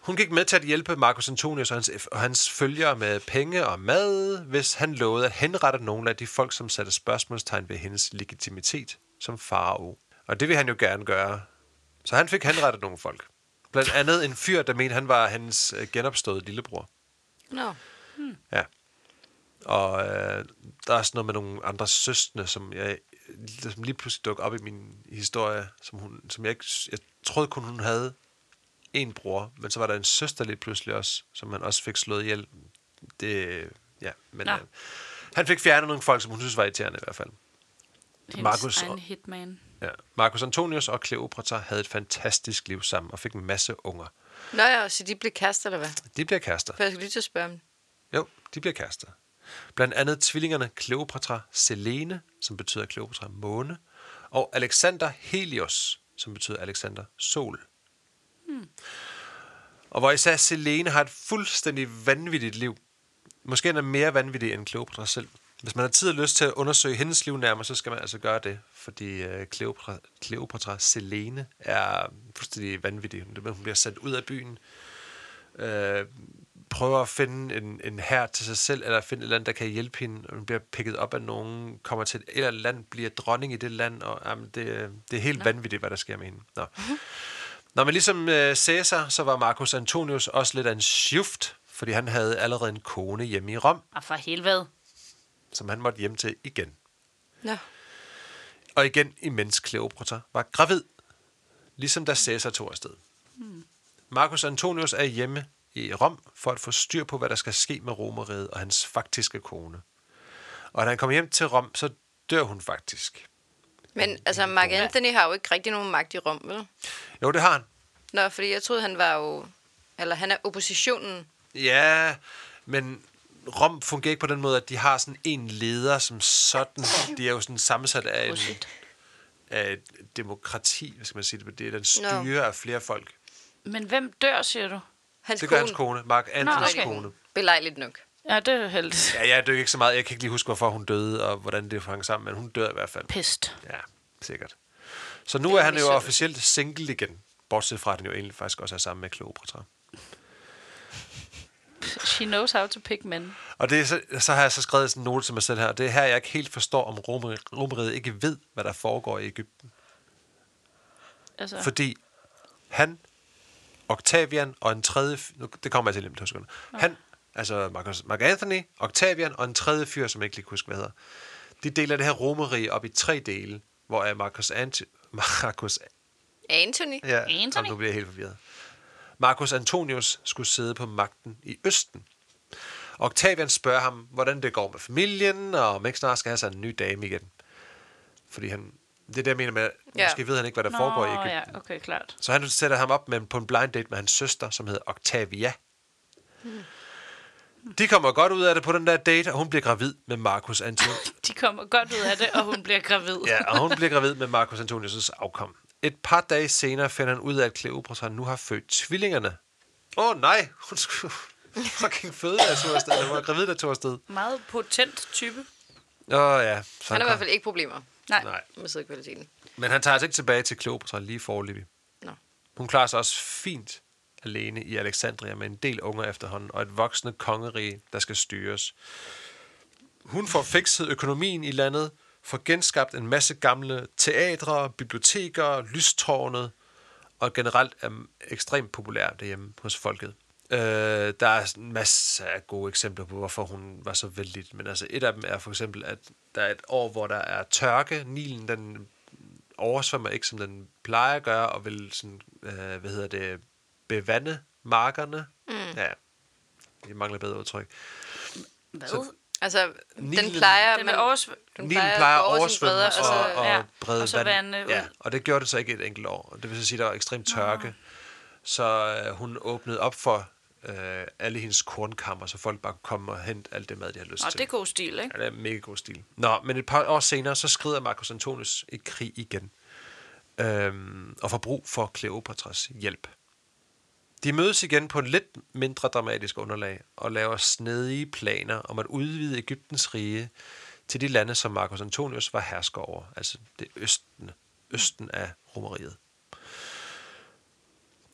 Speaker 2: Hun gik med til at hjælpe Marcus Antonius og hans, og hans følgere med penge og mad, hvis han lovede at henrette nogle af de folk, som satte spørgsmålstegn ved hendes legitimitet som farao. Og det vil han jo gerne gøre. Så han fik henrettet nogle folk. Blandt andet en fyr, der mente, han var hans øh, genopståede lillebror.
Speaker 3: nå.
Speaker 2: Ja. Og øh, der er sådan noget med nogle andre søstre, som jeg som lige pludselig dukker op i min historie, som, hun, som jeg ikke... s- Jeg troede kun, hun havde en bror, men så var der en søster lige pludselig også, som man også fik slået ihjel. Det, ja, men
Speaker 1: Nå.
Speaker 2: øh, han fik fjernet nogle folk, som hun synes var irriterende i hvert fald.
Speaker 1: Hendes
Speaker 2: Markus
Speaker 1: egen
Speaker 2: og-
Speaker 1: hitman.
Speaker 2: Ja. Marcus Antonius og Kleopatra havde et fantastisk liv sammen og fik en masse unger.
Speaker 3: Nå ja, så de blev kærester, eller hvad?
Speaker 2: De bliver kærester.
Speaker 3: For jeg skulle lige til at spørge om det.
Speaker 2: Jo, de bliver kærester. Blandt andet tvillingerne Kleopatra Selene, som betyder Kleopatra måne, og Alexander Helios, som betyder Alexander sol. Hmm. Og hvor især Selene har et fuldstændig vanvittigt liv. Måske endda mere vanvittigt end Kleopatra selv. Hvis man har tid og lyst til at undersøge hendes liv nærmere, så skal man altså gøre det, fordi øh, Kleopatra, Kleopatra Selene er fuldstændig vanvittig. Hun hun bliver sendt ud af byen, øh, prøver at finde en, en her til sig selv, eller finde et eller andet, der kan hjælpe hende. og Hun bliver picket op af nogen, kommer til et eller andet land, bliver dronning i det land, og jamen, det, det er helt Nå. vanvittigt, hvad der sker med hende. Nå. Nå, men ligesom øh, Caesar, så var Marcus Antonius også lidt af en shift, fordi han havde allerede en kone hjemme i Rom,
Speaker 1: Ah, for helvede.
Speaker 2: som han måtte hjem til igen.
Speaker 3: Nå.
Speaker 2: Og igen, imens Kleopatra var gravid. Ligesom da Caesar tog afsted. Marcus Antonius er hjemme i Rom for at få styr på, hvad der skal ske med romeriet og hans faktiske kone. Og da han kommer hjem til Rom, så dør hun faktisk.
Speaker 3: Men altså, Mark Anthony har jo ikke rigtig nogen magt i Rom, vel?
Speaker 2: Jo, det har han.
Speaker 3: Nå, fordi jeg troede, han var jo... Eller han er oppositionen.
Speaker 2: Ja, men Rom fungerer ikke på den måde, at de har sådan en leder, som sådan, de er jo sådan sammensat af, en,
Speaker 1: Prosit.
Speaker 2: af et demokrati, hvad skal man sige, det er den styre af flere folk.
Speaker 1: Men hvem dør, siger du?
Speaker 3: Hans
Speaker 2: Det gør hans kone, Mark Antonys
Speaker 1: okay.
Speaker 2: kone.
Speaker 3: Belejligt nok.
Speaker 1: Ja, det er heldigt.
Speaker 2: Ja, jeg dykker ikke så meget. Jeg kan ikke lige huske, hvorfor hun døde, og hvordan det hang sammen, men hun dør i hvert fald.
Speaker 1: Pest.
Speaker 2: Ja, sikkert. Så nu er han jo
Speaker 3: misundeligt.
Speaker 2: officielt single igen, bortset fra, at han jo egentlig faktisk også er sammen med Cleopatra.
Speaker 1: She knows how to pick men.
Speaker 2: Og det er så, så har jeg så skrevet sådan en note til mig selv her. Det er her, jeg ikke helt forstår, om romer- romeriet ikke ved, hvad der foregår i Ægypten.
Speaker 1: Altså, For...
Speaker 2: Fordi han, Octavian og en tredje... f- Nu, det kommer jeg til lige om to sekunder. Han, altså Marcus, Mark Anthony, Octavian og en tredje fyr, som jeg ikke lige kan huske, hvad hedder. De deler det her romerige op i tre dele, hvor Marcus, Anti, Marcus
Speaker 3: Anthony?
Speaker 2: Ja,
Speaker 1: Anthony?
Speaker 2: Jamen, nu bliver jeg helt forvirret. Marcus Antonius skulle sidde på magten i Østen. Octavian spørger ham, hvordan det går med familien, og om ikke snart skal have sig en ny dame igen. Fordi han, det er det, jeg mener med, at
Speaker 3: Ja.
Speaker 2: måske ved han ikke, hvad der Nå, foregår i Ægypten. Ja.
Speaker 1: ja, okay, klart.
Speaker 2: Så han sætter ham op med, på en blind date med hans søster, som hedder Octavia.
Speaker 3: Hmm.
Speaker 2: De kommer godt ud af det på den der date, og hun bliver gravid med Marcus Antonius.
Speaker 1: De kommer godt ud af det, og hun bliver gravid.
Speaker 2: Ja, og hun bliver gravid med Marcus Antonius' afkom. Et par dage senere finder han ud af, at Cleopatra nu har født tvillingerne. Åh oh, nej, hun skulle fucking føde, da jeg tog afsted. Hun var gravid, da jeg tog afsted.
Speaker 1: Meget potent type.
Speaker 2: Åh oh, ja, så han,
Speaker 3: Han har i hvert
Speaker 2: kom.
Speaker 3: fald ikke problemer
Speaker 1: Nej. Nej.
Speaker 2: Nej.
Speaker 3: med sædkvaliteten.
Speaker 2: Men han tager altså ikke tilbage til Cleopatra lige forløbig.
Speaker 3: Nå.
Speaker 2: Hun klarer sig også fint alene i Alexandria med en del unger efterhånden og et voksende kongerige, der skal styres. Hun får fikset økonomien i landet, får genskabt en masse gamle teatre, biblioteker, lystårnet, og generelt er ekstremt populær derhjemme hos folket. Øh, der er sådan en masse af gode eksempler på, hvorfor hun var så vældig. Men altså et af dem er for eksempel, at der er et år, hvor der er tørke. Nilen, den oversvømmer ikke, som den plejer at gøre, og vil sådan, øh, hvad hedder det, bevande markerne. Mm. Ja, jeg mangler bedre udtryk.
Speaker 1: Hvad?
Speaker 2: Så-
Speaker 3: Altså, den
Speaker 2: Nilen-
Speaker 3: plejer...
Speaker 1: Den
Speaker 3: men-
Speaker 1: er overs-
Speaker 3: Den
Speaker 2: Nilen
Speaker 3: plejer at
Speaker 2: plejer at
Speaker 3: gå over
Speaker 2: oversvømme
Speaker 3: sine bredder,
Speaker 2: og,
Speaker 3: og
Speaker 2: og,
Speaker 3: så-
Speaker 2: og
Speaker 1: altså, ja,
Speaker 2: brede
Speaker 1: og så
Speaker 2: vand.
Speaker 1: vande ud.
Speaker 2: Ja, og det gjorde det så ikke et enkelt år. Det vil så sige, at der var ekstrem tørke. Så øh, hun åbnede op for øh, alle hendes kornkammer, så folk bare kunne komme og hente alt det mad, de havde lyst
Speaker 1: Nå,
Speaker 2: til.
Speaker 1: det er god stil, ikke?
Speaker 2: Ja, det er mega god stil. Nå, men et par år senere, så skrider Marcus Antonius i krig igen. Øhm, og får brug for Kleopatras hjælp. De mødes igen på en lidt mindre dramatisk underlag og laver snedige planer om at udvide Ægyptens rige til de lande, som Marcus Antonius var hersker over, altså det østen, østen af Romeriet.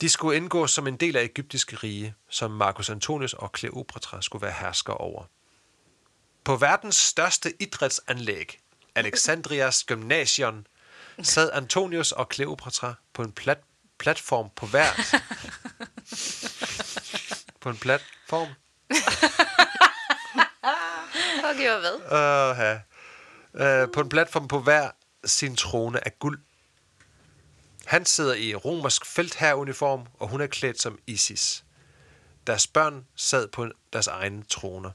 Speaker 2: De skulle indgå som en del af Ægyptiske rige, som Marcus Antonius og Kleopatra skulle være hersker over. På verdens største idrætsanlæg, Alexandrias Gymnasion, sad Antonius og Kleopatra på en plat- platform på hver... på en platform?
Speaker 3: Fuck, jeg var hvad?
Speaker 2: Uh, ja. uh, på en platform på hver sin trone af guld. Han sidder i romersk feltherreuniform, og hun er klædt som Isis. Deres børn sad på deres egne troner.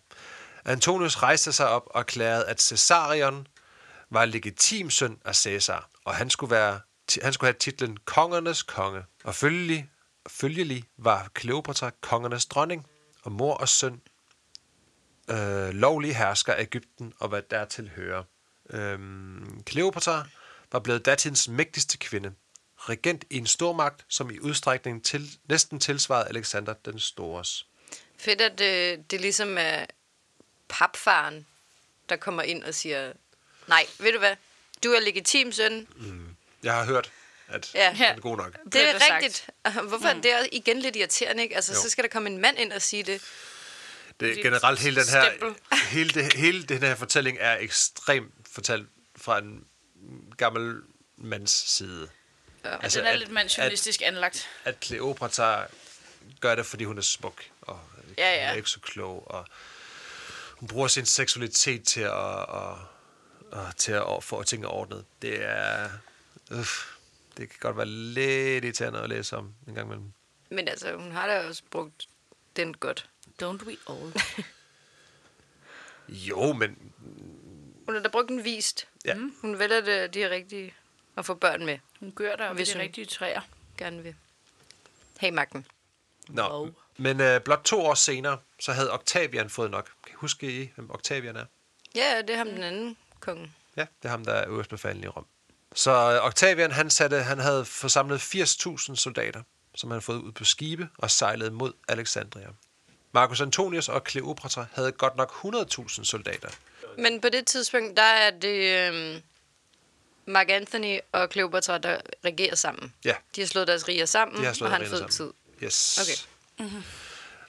Speaker 2: Antonius rejste sig op og erklærede, at Caesarion var legitim søn af Caesar, og han skulle, være, ti- han skulle have titlen kongernes konge. Og følgelig, følgelig var Kleopatra kongernes dronning, og mor og søn øh, lovlige hersker af Ægypten og hvad dertil hører. Øhm, Kleopatra var blevet datidens mægtigste kvinde, regent i en stormagt, som i udstrækning til, næsten tilsvarede Alexander den Stores.
Speaker 3: Fedt, at øh, det ligesom er papfaren, der kommer ind og siger, nej, ved du hvad, du er legitim søn.
Speaker 2: Jeg har hørt, at
Speaker 3: Ja.
Speaker 2: ja. den er god nok.
Speaker 3: Det
Speaker 1: Bliver
Speaker 3: er
Speaker 1: der sagt.
Speaker 3: rigtigt. Hvorfor mm. det er igen lidt irriterende, ikke? Altså, jo.
Speaker 2: Jo.
Speaker 3: så skal der komme en mand ind og sige det.
Speaker 2: Det er
Speaker 1: Dit
Speaker 2: generelt hele den her,
Speaker 1: stempel.
Speaker 2: hele, det, hele den her fortælling er ekstremt fortalt fra en gammel mands side.
Speaker 1: Ja, altså, den er
Speaker 2: at-
Speaker 1: lidt mandsjournalistisk anlagt.
Speaker 2: at Cleopatra gør det, fordi hun er smuk, og
Speaker 3: Ja,
Speaker 2: ja,
Speaker 3: ja.
Speaker 2: ja. hun er ikke så klog, og hun bruger sin seksualitet til at, og, og til at få ting ordnet. Det er... Øh, det kan godt være lidt irriterende at læse om en gang imellem.
Speaker 3: Men altså, hun har da også brugt den godt.
Speaker 1: Don't we all?
Speaker 2: Jo, men
Speaker 3: Hun har da brugt den vist.
Speaker 2: ja.
Speaker 3: Mm. Hun vælger det, de er rigtige at få børn med,
Speaker 1: Hun gør der ved
Speaker 3: Hvis
Speaker 1: de
Speaker 3: hun-
Speaker 1: rigtige træer.
Speaker 3: gerne vil. Hey, magten.
Speaker 2: Nå.
Speaker 1: Og-
Speaker 2: Men øh, blot to år senere, så havde Octavian fået nok. Kan I huske, I, hvem Octavian er?
Speaker 3: Ja, det er ham den anden konge.
Speaker 2: Ja, det er ham, der er øverstbefalende i Rom. Så øh, Octavian, han, satte, han havde forsamlet 80.000 soldater, som han havde fået ud på skibe og sejlede mod Alexandria. Marcus Antonius og Kleopatra havde godt nok 100.000 soldater.
Speaker 3: Men på det tidspunkt, der er det øhm, Mark Anthony og Cleopatra, der regerer sammen.
Speaker 2: Ja.
Speaker 3: De har slået deres riger sammen,
Speaker 2: De har slået
Speaker 3: Mhm, og han har
Speaker 2: ridderne
Speaker 3: fået tid.
Speaker 2: tid. Yes.
Speaker 3: Okay. Mhm.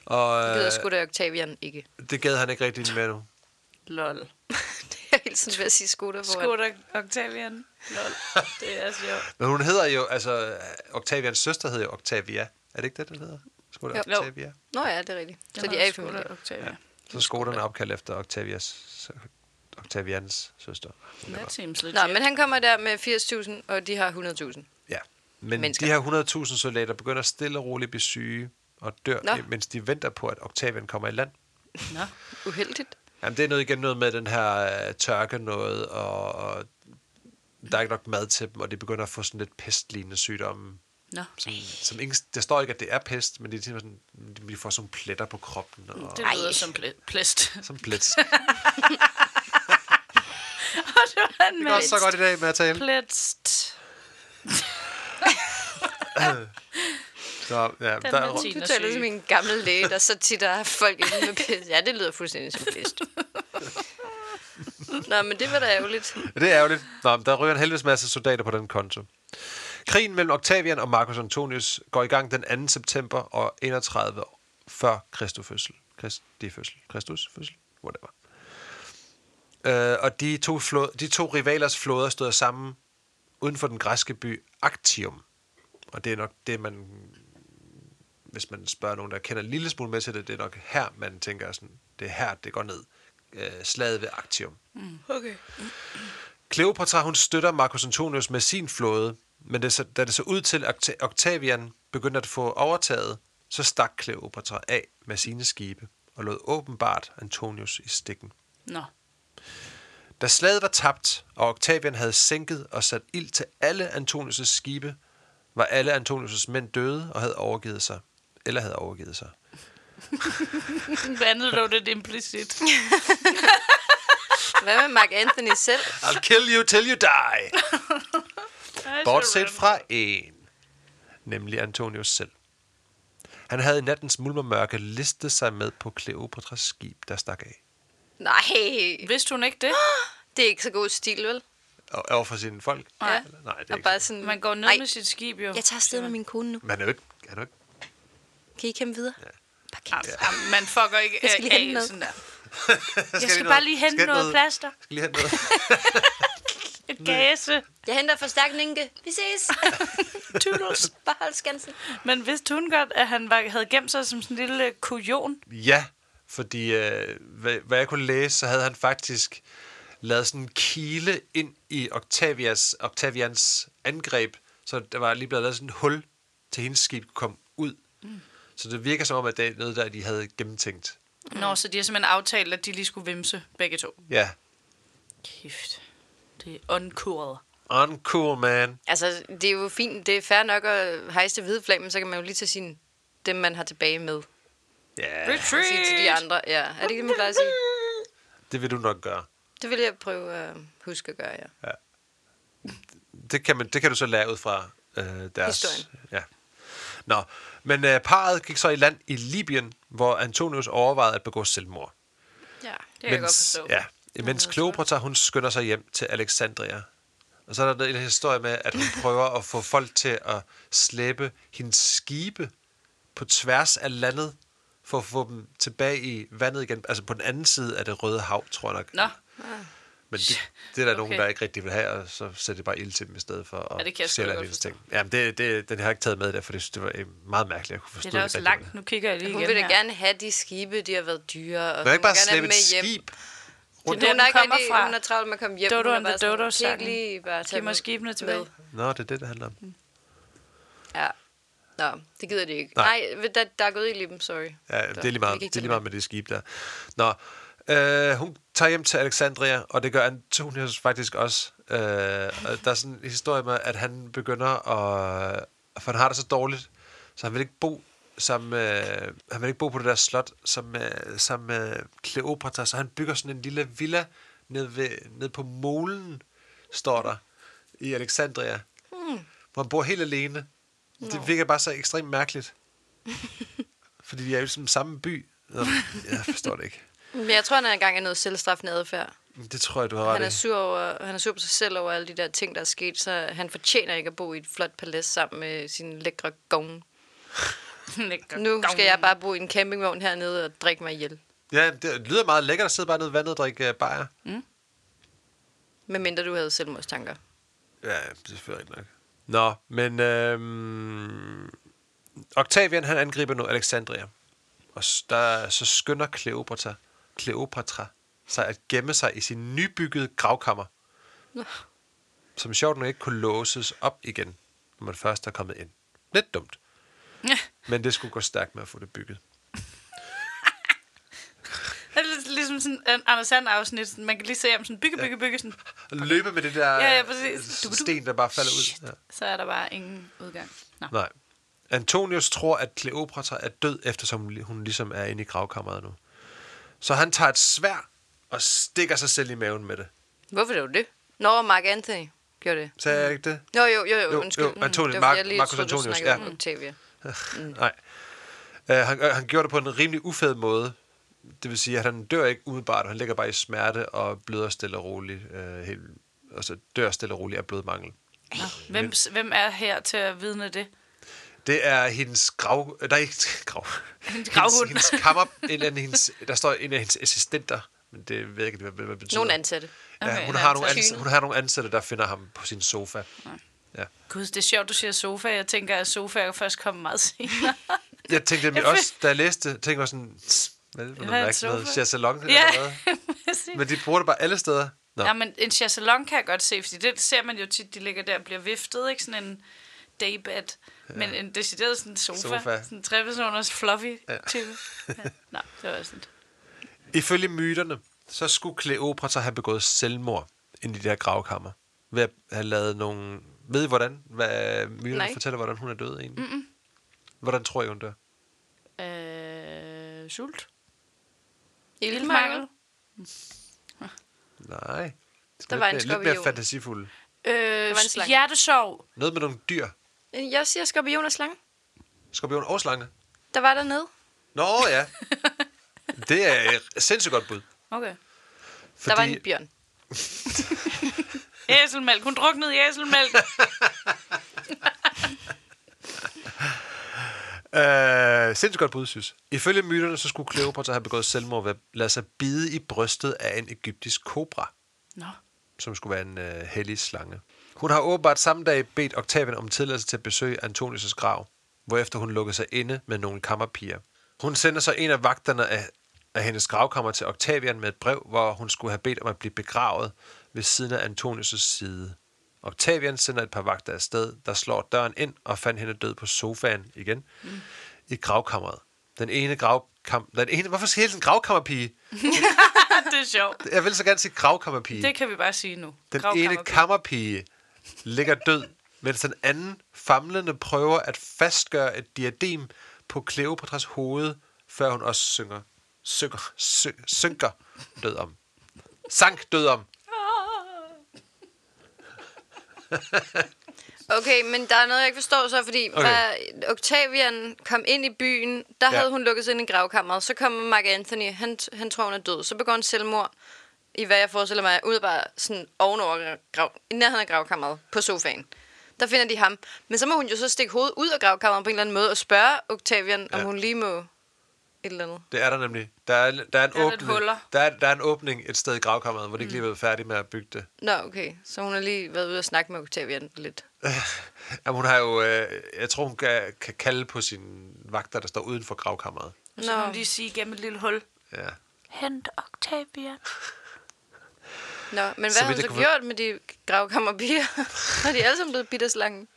Speaker 2: Og
Speaker 3: Det gider sgu
Speaker 2: øh,
Speaker 3: da Octavian ikke.
Speaker 2: det gad han ikke rigtig med nu.
Speaker 1: Lol.
Speaker 3: det er helt sådan ved at sige skoda for
Speaker 1: Skål, Octavian. Lol. Det er altså sjovt.
Speaker 2: Men hun hedder jo, altså, Octavians søster hedder jo Octavia. Er det ikke det, den hedder? Skulle det
Speaker 3: Jo.
Speaker 2: Octavia?
Speaker 3: Nå ja, det er rigtigt. Så de er i familie.
Speaker 1: Skoda Octavia.
Speaker 2: Så skolerne er opkaldt efter Octavias, Octavians søster.
Speaker 1: That seems legit.
Speaker 3: Nå, men han kommer der med 80.000, og de har 100.000.
Speaker 2: Ja. Men
Speaker 3: Mennesker.
Speaker 2: de her 100.000 soldater begynder stille og roligt at blive syge og dør,
Speaker 3: Nå.
Speaker 2: mens de venter på, at Octavian kommer i land.
Speaker 1: Nå.
Speaker 3: Uheldigt.
Speaker 2: Jamen, det er noget igen noget med den her øh, tørke noget, og, og der er ikke nok mad til dem, og de begynder at få sådan lidt pestlignende sygdomme.
Speaker 1: Nå.
Speaker 2: Som, som ingen, der står ikke, at det er pest, men det er simpelthen sådan, de får sådan nogle pletter på kroppen. Og,
Speaker 1: Det
Speaker 3: Ej.
Speaker 1: lyder som pl- plest.
Speaker 2: Som plet.
Speaker 1: Og det var en
Speaker 2: Det går så godt i dag med at tale.
Speaker 1: Plest.
Speaker 2: Så, ja, der,
Speaker 1: med
Speaker 2: er-
Speaker 1: ti.
Speaker 3: Du
Speaker 1: Tina
Speaker 3: taler
Speaker 1: syg.
Speaker 3: som en gammel læge, der så tit har folk inde med pis. Ja, det lyder fuldstændig som pest. Nå, men det var da ærgerligt.
Speaker 2: Det er ærgerligt. Nå, men der ryger en helvedes masse soldater på den konto. Krigen mellem Octavian og Marcus Antonius går i gang den 2. september og 31 år før Kristi fødsel. Kristi fødsel. Kristus fødsel? Whatever. Øh, og de to, flod, de to rivalers flåder stod sammen uden for den græske by Actium. Og det er nok det, man... Hvis man spørger nogen, der kender en lille smule med til det, det er nok her, man tænker sådan, det er her, det går ned. Øh, slaget ved Actium.
Speaker 3: Okay.
Speaker 2: Kleopatra hun støtter Marcus Antonius med sin flåde, men det, så- da det så ud til, at Oct- Octavian begyndte at få overtaget, så stak Kleopatra af med sine skibe og lod åbenbart Antonius i stikken.
Speaker 1: Nå.
Speaker 2: Da slaget var tabt, og Octavian havde sænket og sat ild til alle Antonius' skibe, var alle Antonius' mænd døde og havde overgivet sig. Eller havde overgivet sig.
Speaker 1: Vandet lå lidt implicit.
Speaker 3: Hvad med Mark Anthony selv?
Speaker 2: I'll kill you till you die! Bortset fra en, nemlig Antonius selv. Han havde i nattens mulmermørke listet sig med på Kleopatras skib, der stak af.
Speaker 3: Nej,
Speaker 1: Vidste hun ikke det?
Speaker 3: det er ikke så god stil, vel?
Speaker 2: Og over for sine folk?
Speaker 3: Ja.
Speaker 2: Eller- Nej, det er
Speaker 3: Og
Speaker 2: ikke.
Speaker 3: bare sådan,
Speaker 1: Man går ned
Speaker 3: "Ej,
Speaker 1: med sit skib, jo.
Speaker 3: Jeg tager afsted med min kone nu.
Speaker 2: Men han er jo ikke, han er jo ikke
Speaker 3: Kan I kæmpe videre? Bare kæmpe.
Speaker 1: Ja. Ah, Man fucker ikke
Speaker 3: Jeg skal lige
Speaker 1: af
Speaker 3: hente noget.
Speaker 1: sådan der.
Speaker 2: skal
Speaker 1: Jeg
Speaker 2: lige
Speaker 1: skal
Speaker 2: noget-
Speaker 1: bare lige hente
Speaker 2: skal
Speaker 1: noget,
Speaker 2: noget-
Speaker 1: plaster.
Speaker 2: Jeg skal lige have noget.
Speaker 1: Et gase.
Speaker 3: Jeg henter forstærkning, Inge. Vi ses.
Speaker 1: Toodles.
Speaker 3: Bare hold skansen.
Speaker 1: Men vidste hun godt, at han var, havde gemt sig som sådan en lille øh, kujon?
Speaker 2: Ja, fordi øh, hvad, hvad jeg kunne læse, så havde han faktisk lavet sådan en kile ind i Octavias, Octavians angreb, så der var lige blevet lavet sådan et hul til hendes skib kom ud. Mm. Så det virker som om, at det er noget, der de havde gennemtænkt.
Speaker 1: Nå, så de har simpelthen aftalt, at de lige skulle vimse begge to.
Speaker 2: Ja,
Speaker 1: Kæft. Det er unkuret.
Speaker 2: uncool, man.
Speaker 3: Altså, det er jo fint. Det er fair nok at hejse det hvide flag, men så kan man jo lige tage sin, dem, man har tilbage med.
Speaker 2: Ja, yeah.
Speaker 3: Og sige til de
Speaker 1: Retreat!
Speaker 3: andre. Ja, er det ikke det, man plejer at sige?
Speaker 2: det vil du nok gøre.
Speaker 3: Det vil jeg prøve at huske at gøre, ja.
Speaker 2: Det kan, man, det kan du så lære ud fra øh, deres...
Speaker 3: Historien.
Speaker 2: Ja. Nå, men øh, parret gik så i land i Libyen, hvor Antonius overvejede at begå selvmord.
Speaker 3: Ja.
Speaker 1: Det kan jeg godt forstå.
Speaker 2: Ja, imens Kleopatra, hun skynder sig hjem til Alexandria. Og så er der en historie med, at hun prøver at få folk til at slæbe hendes skibe på tværs af landet, for at få dem tilbage i vandet igen. Altså på den anden side af det røde hav, tror jeg nok.
Speaker 1: Nå,
Speaker 2: Men det, det er der okay. nogen,
Speaker 1: Okay.
Speaker 2: der ikke rigtig vil have, og så sætter de bare ild til dem i stedet for. Og
Speaker 1: Ja, det kan jeg sgu
Speaker 2: stjæler
Speaker 1: da godt
Speaker 2: hendes ting. Jamen, det, det, den har jeg ikke taget med der, for det, det var øh, meget mærkeligt. Jeg kunne
Speaker 1: det
Speaker 2: forstå
Speaker 1: er da også
Speaker 2: rigtig godt.
Speaker 1: langt. Nu kigger jeg lige
Speaker 3: Hun
Speaker 1: igen
Speaker 3: vil da
Speaker 1: her.
Speaker 3: gerne have de skibe, de har været dyre.
Speaker 2: Man kan
Speaker 3: Og hun
Speaker 2: ikke bare
Speaker 3: vil gerne have
Speaker 2: slæbe et
Speaker 3: dem med hjem.
Speaker 2: skib.
Speaker 1: Det er
Speaker 3: Hun
Speaker 1: der,
Speaker 3: har
Speaker 1: den
Speaker 3: ikke
Speaker 1: kommer
Speaker 3: rigtig,
Speaker 1: fra.
Speaker 3: hun er travlt med at komme hjem.
Speaker 1: Dodo
Speaker 3: Hun er
Speaker 1: and the
Speaker 3: bare sådan,
Speaker 1: Dodo
Speaker 3: "Kan I ikke
Speaker 1: sangen.
Speaker 3: lige bare tage
Speaker 1: Giv mig
Speaker 3: dem
Speaker 1: skibene
Speaker 3: med?"
Speaker 1: tilbage.
Speaker 2: Nå, det er det, det handler om.
Speaker 3: Ja. Nå, Nå, det gider de ikke.
Speaker 2: Nej.
Speaker 3: Nej, Nej der, der er gået ild i dem, sorry.
Speaker 2: Ja, det er lige meget,
Speaker 3: Vi
Speaker 2: det
Speaker 3: kan ikke
Speaker 2: er
Speaker 3: tale
Speaker 2: lige meget med det skib der. Nå, øh, hun tager hjem til Alexandria, og det gør Antonius faktisk også. Øh, og der er sådan en historie med, at han begynder at... For han har det så dårligt, så han vil ikke bo som, øh, han vil ikke bo på det der slot som, øh, som øh, Kleopatra, så han bygger sådan en lille villa nede, ved, nede på molen, står der, i Alexandria, mm. hvor han bor helt alene. Det virker bare så ekstremt mærkeligt. Fordi de er jo ligesom samme by. Nå, Jeg forstår det ikke.
Speaker 3: Men jeg tror, han er engang er noget selvstraffende adfærd.
Speaker 2: Det tror jeg, du har
Speaker 3: Han er,
Speaker 2: ret i.
Speaker 3: sur over, han er sur på sig selv over alle de der ting, der er sket, så han fortjener ikke at bo i et flot palads sammen med sin lækre gong.
Speaker 1: Lækker.
Speaker 3: Nu skal jeg bare bo i en campingvogn hernede og drikke mig ihjel.
Speaker 2: Ja, det lyder meget lækkert at sidde bare nede i vandet og drikke uh, bajer.
Speaker 3: Medmindre du havde selvmordstanker.
Speaker 2: Ja, det er selvfølgelig rigtigt nok. Nå, men øhm, Octavian, han angriber nu Alexandria. Og s- der, så skynder Kleopatra, Kleopatra sig at gemme sig i sin nybyggede gravkammer.
Speaker 3: Nå.
Speaker 2: Som sjovt nok ikke kunne låses op igen, når man først er kommet ind. Lidt dumt.
Speaker 1: Ja,
Speaker 2: Men det skulle gå stærkt med at få det bygget.
Speaker 1: det er lidt ligesom sådan en Anders Sand afsnit. Man kan lige se om sådan bygge, bygge, bygge. Sådan.
Speaker 2: Og løbe med det der
Speaker 1: Ja, ja, præcis.
Speaker 2: øh, sten, der bare falder
Speaker 1: Shit.
Speaker 2: ud. Ja.
Speaker 1: Så er der bare ingen udgang. Nå.
Speaker 2: Nej. Antonius tror, at Kleopatra er død, eftersom hun li- hun ligesom er inde i gravkammeret nu. Så han tager et svær og stikker sig selv i maven med det.
Speaker 3: Hvorfor gjorde du det? Nå, Mark Anthony gjorde det.
Speaker 2: Sagde
Speaker 1: Mm.
Speaker 2: jeg ikke det?
Speaker 3: Jo, jo, jo,
Speaker 2: Jo,
Speaker 3: jo undskyld.
Speaker 2: jo,
Speaker 3: Mm,
Speaker 2: Antonius,
Speaker 3: det var,
Speaker 2: Mark-
Speaker 3: fordi jeg lige
Speaker 2: Marcus
Speaker 3: troede, du
Speaker 2: Antonius,
Speaker 3: snakkede
Speaker 2: ja. Mm.
Speaker 3: om Octavia.
Speaker 1: Mm.
Speaker 2: Nej. Uh, han, øh, han gjorde det på en rimelig ufed måde. Det vil sige, at han dør ikke umiddelbart, og han ligger bare i smerte og bløder stille og roligt. Uh, helt, altså dør stille og roligt af blodmangel.
Speaker 1: Nå. Hvem, hvem er her til at vidne det?
Speaker 2: Det er hendes grav... øh, Nej, ikke grav. Hendes
Speaker 1: gravhund.
Speaker 2: Hendes, hendes kammer... En eller anden, hendes, der står en af hendes assistenter, men det ved jeg ikke, hvad, hvad det betyder.
Speaker 3: Nogle ansatte.
Speaker 2: Ja,
Speaker 1: Okay,
Speaker 2: hun,
Speaker 1: en
Speaker 2: har nogle
Speaker 1: ansat.
Speaker 2: ansatte, hun har nogle ansatte, der finder ham på sin sofa. Ja.
Speaker 1: Gud, det er sjovt, du siger sofa. Jeg tænker, at sofaer først kommer meget senere.
Speaker 2: Jeg tænkte nemlig
Speaker 1: Jeg
Speaker 2: også, da jeg læste, det, tænkte jeg også sådan, "Tss, hvad er det for
Speaker 1: Jeg
Speaker 2: noget
Speaker 1: har en
Speaker 2: mærkeligt noget?
Speaker 1: sofa."
Speaker 2: Chaiselong eller
Speaker 1: ja,
Speaker 2: hvad?
Speaker 1: præcis.
Speaker 2: Men de bruger det bare alle steder. Nå.
Speaker 1: Ja, men en chaiselong kan jeg godt se, fordi det ser man jo tit, de ligger der og bliver viftet, ikke? Sådan en daybed. Men en decideret sådan sofa.
Speaker 2: Sofa.
Speaker 1: sofa. Sådan en trepersoners fluffy
Speaker 2: Ja.
Speaker 1: ja. type. Ja. Nå, det var sådan.
Speaker 2: Ifølge myterne, så skulle Kleopatra have begået selvmord ind i de der gravkammer. Ved at have lavet nogle... Ved I hvordan? Hvad myterne
Speaker 3: Nej.
Speaker 2: fortæller, hvordan hun er død egentlig? Mm-mm. Hvordan tror I, hun dør?
Speaker 1: Øh, sult?
Speaker 3: Ildmangel.
Speaker 2: Nej. Det
Speaker 3: Der
Speaker 2: lidt
Speaker 3: var en
Speaker 2: mere- Lidt mere
Speaker 3: skorpion.
Speaker 2: fantasifuld.
Speaker 1: Øh,
Speaker 3: var en slange.
Speaker 1: hjertesorg.
Speaker 2: Noget med nogle dyr.
Speaker 3: Jeg siger skorpion og slange.
Speaker 2: Skorpion og slange.
Speaker 3: Der var dernede.
Speaker 2: Nå ja. det er et sindssygt godt bud.
Speaker 1: Okay.
Speaker 2: Fordi,
Speaker 3: Fordi... Der var en bjørn.
Speaker 1: Æselmælk. Hun druknede i æselmælk.
Speaker 2: Øh, sindssygt godt bud, synes. Ifølge myterne, så skulle Kleopatra have begået selvmord ved at lade sig bide i brystet af en egyptisk kobra,
Speaker 1: Nå.
Speaker 2: som skulle være en øh, hellig slange. Hun har åbenbart samme dag bedt Octavian om tilladelse til at besøge Antonius' grav, hvorefter hun lukkede sig inde med nogle kammerpiger. Hun sender så en af vagterne af, af hendes gravkammer til Octavian med et brev, hvor hun skulle have bedt om at blive begravet ved siden af Antonius' side. Octavian sender et par vagter afsted, der slår døren ind og fandt hende død på sofaen igen mm. i gravkammeret. Den ene gravkam... Den ene... Hvorfor skal jeg hele tiden gravkammerpige?
Speaker 1: Ah, det er sjovt.
Speaker 2: Jeg vil så gerne sige gravkammerpige.
Speaker 1: Det kan vi bare sige nu.
Speaker 2: Den ene
Speaker 1: Gravkammerpige.
Speaker 2: kammerpige ligger død, mens den anden famlende prøver at fastgøre et diadem på Kleopatras hoved, før hun også synger, synker, sy- synker død om. Sank død om.
Speaker 3: Okay, men der er noget, jeg ikke forstår så, fordi
Speaker 2: Okay.
Speaker 3: okay. da Octavian kom ind i byen, der
Speaker 2: Ja.
Speaker 3: ja. havde hun lukket sig ind i gravkammeret. Så kommer Mark Anthony, han, han tror, hun er død. Så begår hun selvmord i, hvad jeg forestiller mig, umiddelbart sådan ovenover grav, i nærheden af gravkammeret på sofaen. Der finder de ham. Men så må hun jo så stikke hovedet ud af gravkammeret på en eller anden måde og spørge Octavian, ja.
Speaker 2: Ja.
Speaker 3: om hun lige må et eller andet.
Speaker 2: Det er der nemlig. Der er, der er Mm. en
Speaker 1: Der er lidt
Speaker 2: åbning.
Speaker 1: huller.
Speaker 2: Der er, der er en åbning et sted i gravkammeret, hvor de ikke lige er blevet færdige med at bygge det.
Speaker 3: Nå, okay. Så hun har lige været ude og snakke med Octavian lidt.
Speaker 2: Jamen, hun har jo, øh, jeg tror, hun kan, kan kalde på sine vagter, der står uden for gravkammeret.
Speaker 1: Så kan
Speaker 3: Nå,
Speaker 1: hun lige sige gennem et lille hul.
Speaker 2: Ja.
Speaker 1: Hent Octavia.
Speaker 3: Nå men hvad
Speaker 2: Så
Speaker 3: har
Speaker 2: vidt
Speaker 3: hun
Speaker 2: jeg kunne-
Speaker 3: så gjort med de gravkammerbier? Har de alle sammen blevet bidt af slangen?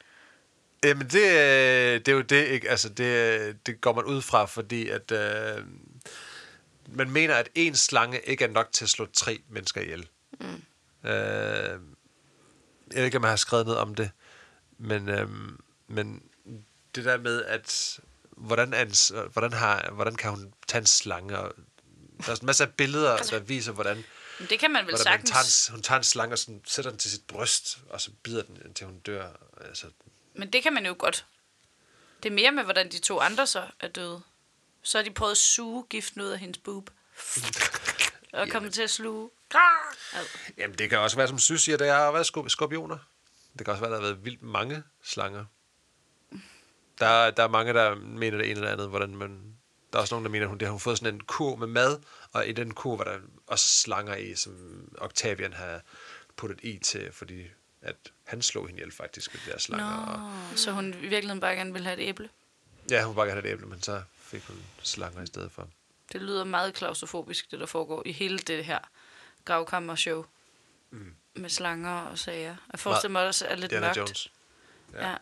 Speaker 2: Jamen, det, øh, det er jo det, ikke? Altså, det, øh, det går man ud fra, fordi at... Øh, man mener, at en slange ikke er nok til at slå tre mennesker ihjel. Mm. Øh, jeg ved ikke, om jeg har skrevet noget om det, men, øh, men det der med, at hvordan, er en, s- hvordan, har, hvordan kan hun tage en slange? Og, der er sådan en masse af billeder, der viser, hvordan,
Speaker 1: Men det kan man vel
Speaker 2: hvordan man
Speaker 1: sagtens.
Speaker 2: tager en, hun tager en slange og sådan, sætter den til sit bryst, og så bider den, indtil hun dør. Altså,
Speaker 1: Men det kan man jo godt. Det er mere med, hvordan de to andre så er døde. Så har de prøvet at suge giften ud af hendes boob. Og kommet til at sluge. Grrr! Ad.
Speaker 2: Jamen, det kan også være, som Sy siger, der har været skorp- skorpioner. Det kan også være, der har været vildt mange slanger. Der, der er mange, der mener det ene eller andet, hvordan man... Der er også nogen, der mener, at hun, det har hun fået sådan en kur med mad, og i den kur var der også slanger i, som Octavian har puttet i til, fordi at han slog hende ihjel faktisk med de der slanger. Og,
Speaker 1: Nå, så hun i virkeligheden bare gerne vil have et æble.
Speaker 2: ja, hun ville bare gerne have et æble, men så fik hun slanger i stedet for.
Speaker 1: Det lyder meget klaustrofobisk, det der foregår i hele det her gravkammershow. Mm. Med slanger og sager. Jeg forestiller mig også, at det er lidt
Speaker 2: Diana
Speaker 1: mørkt.
Speaker 2: Jones.
Speaker 1: Ja. ja.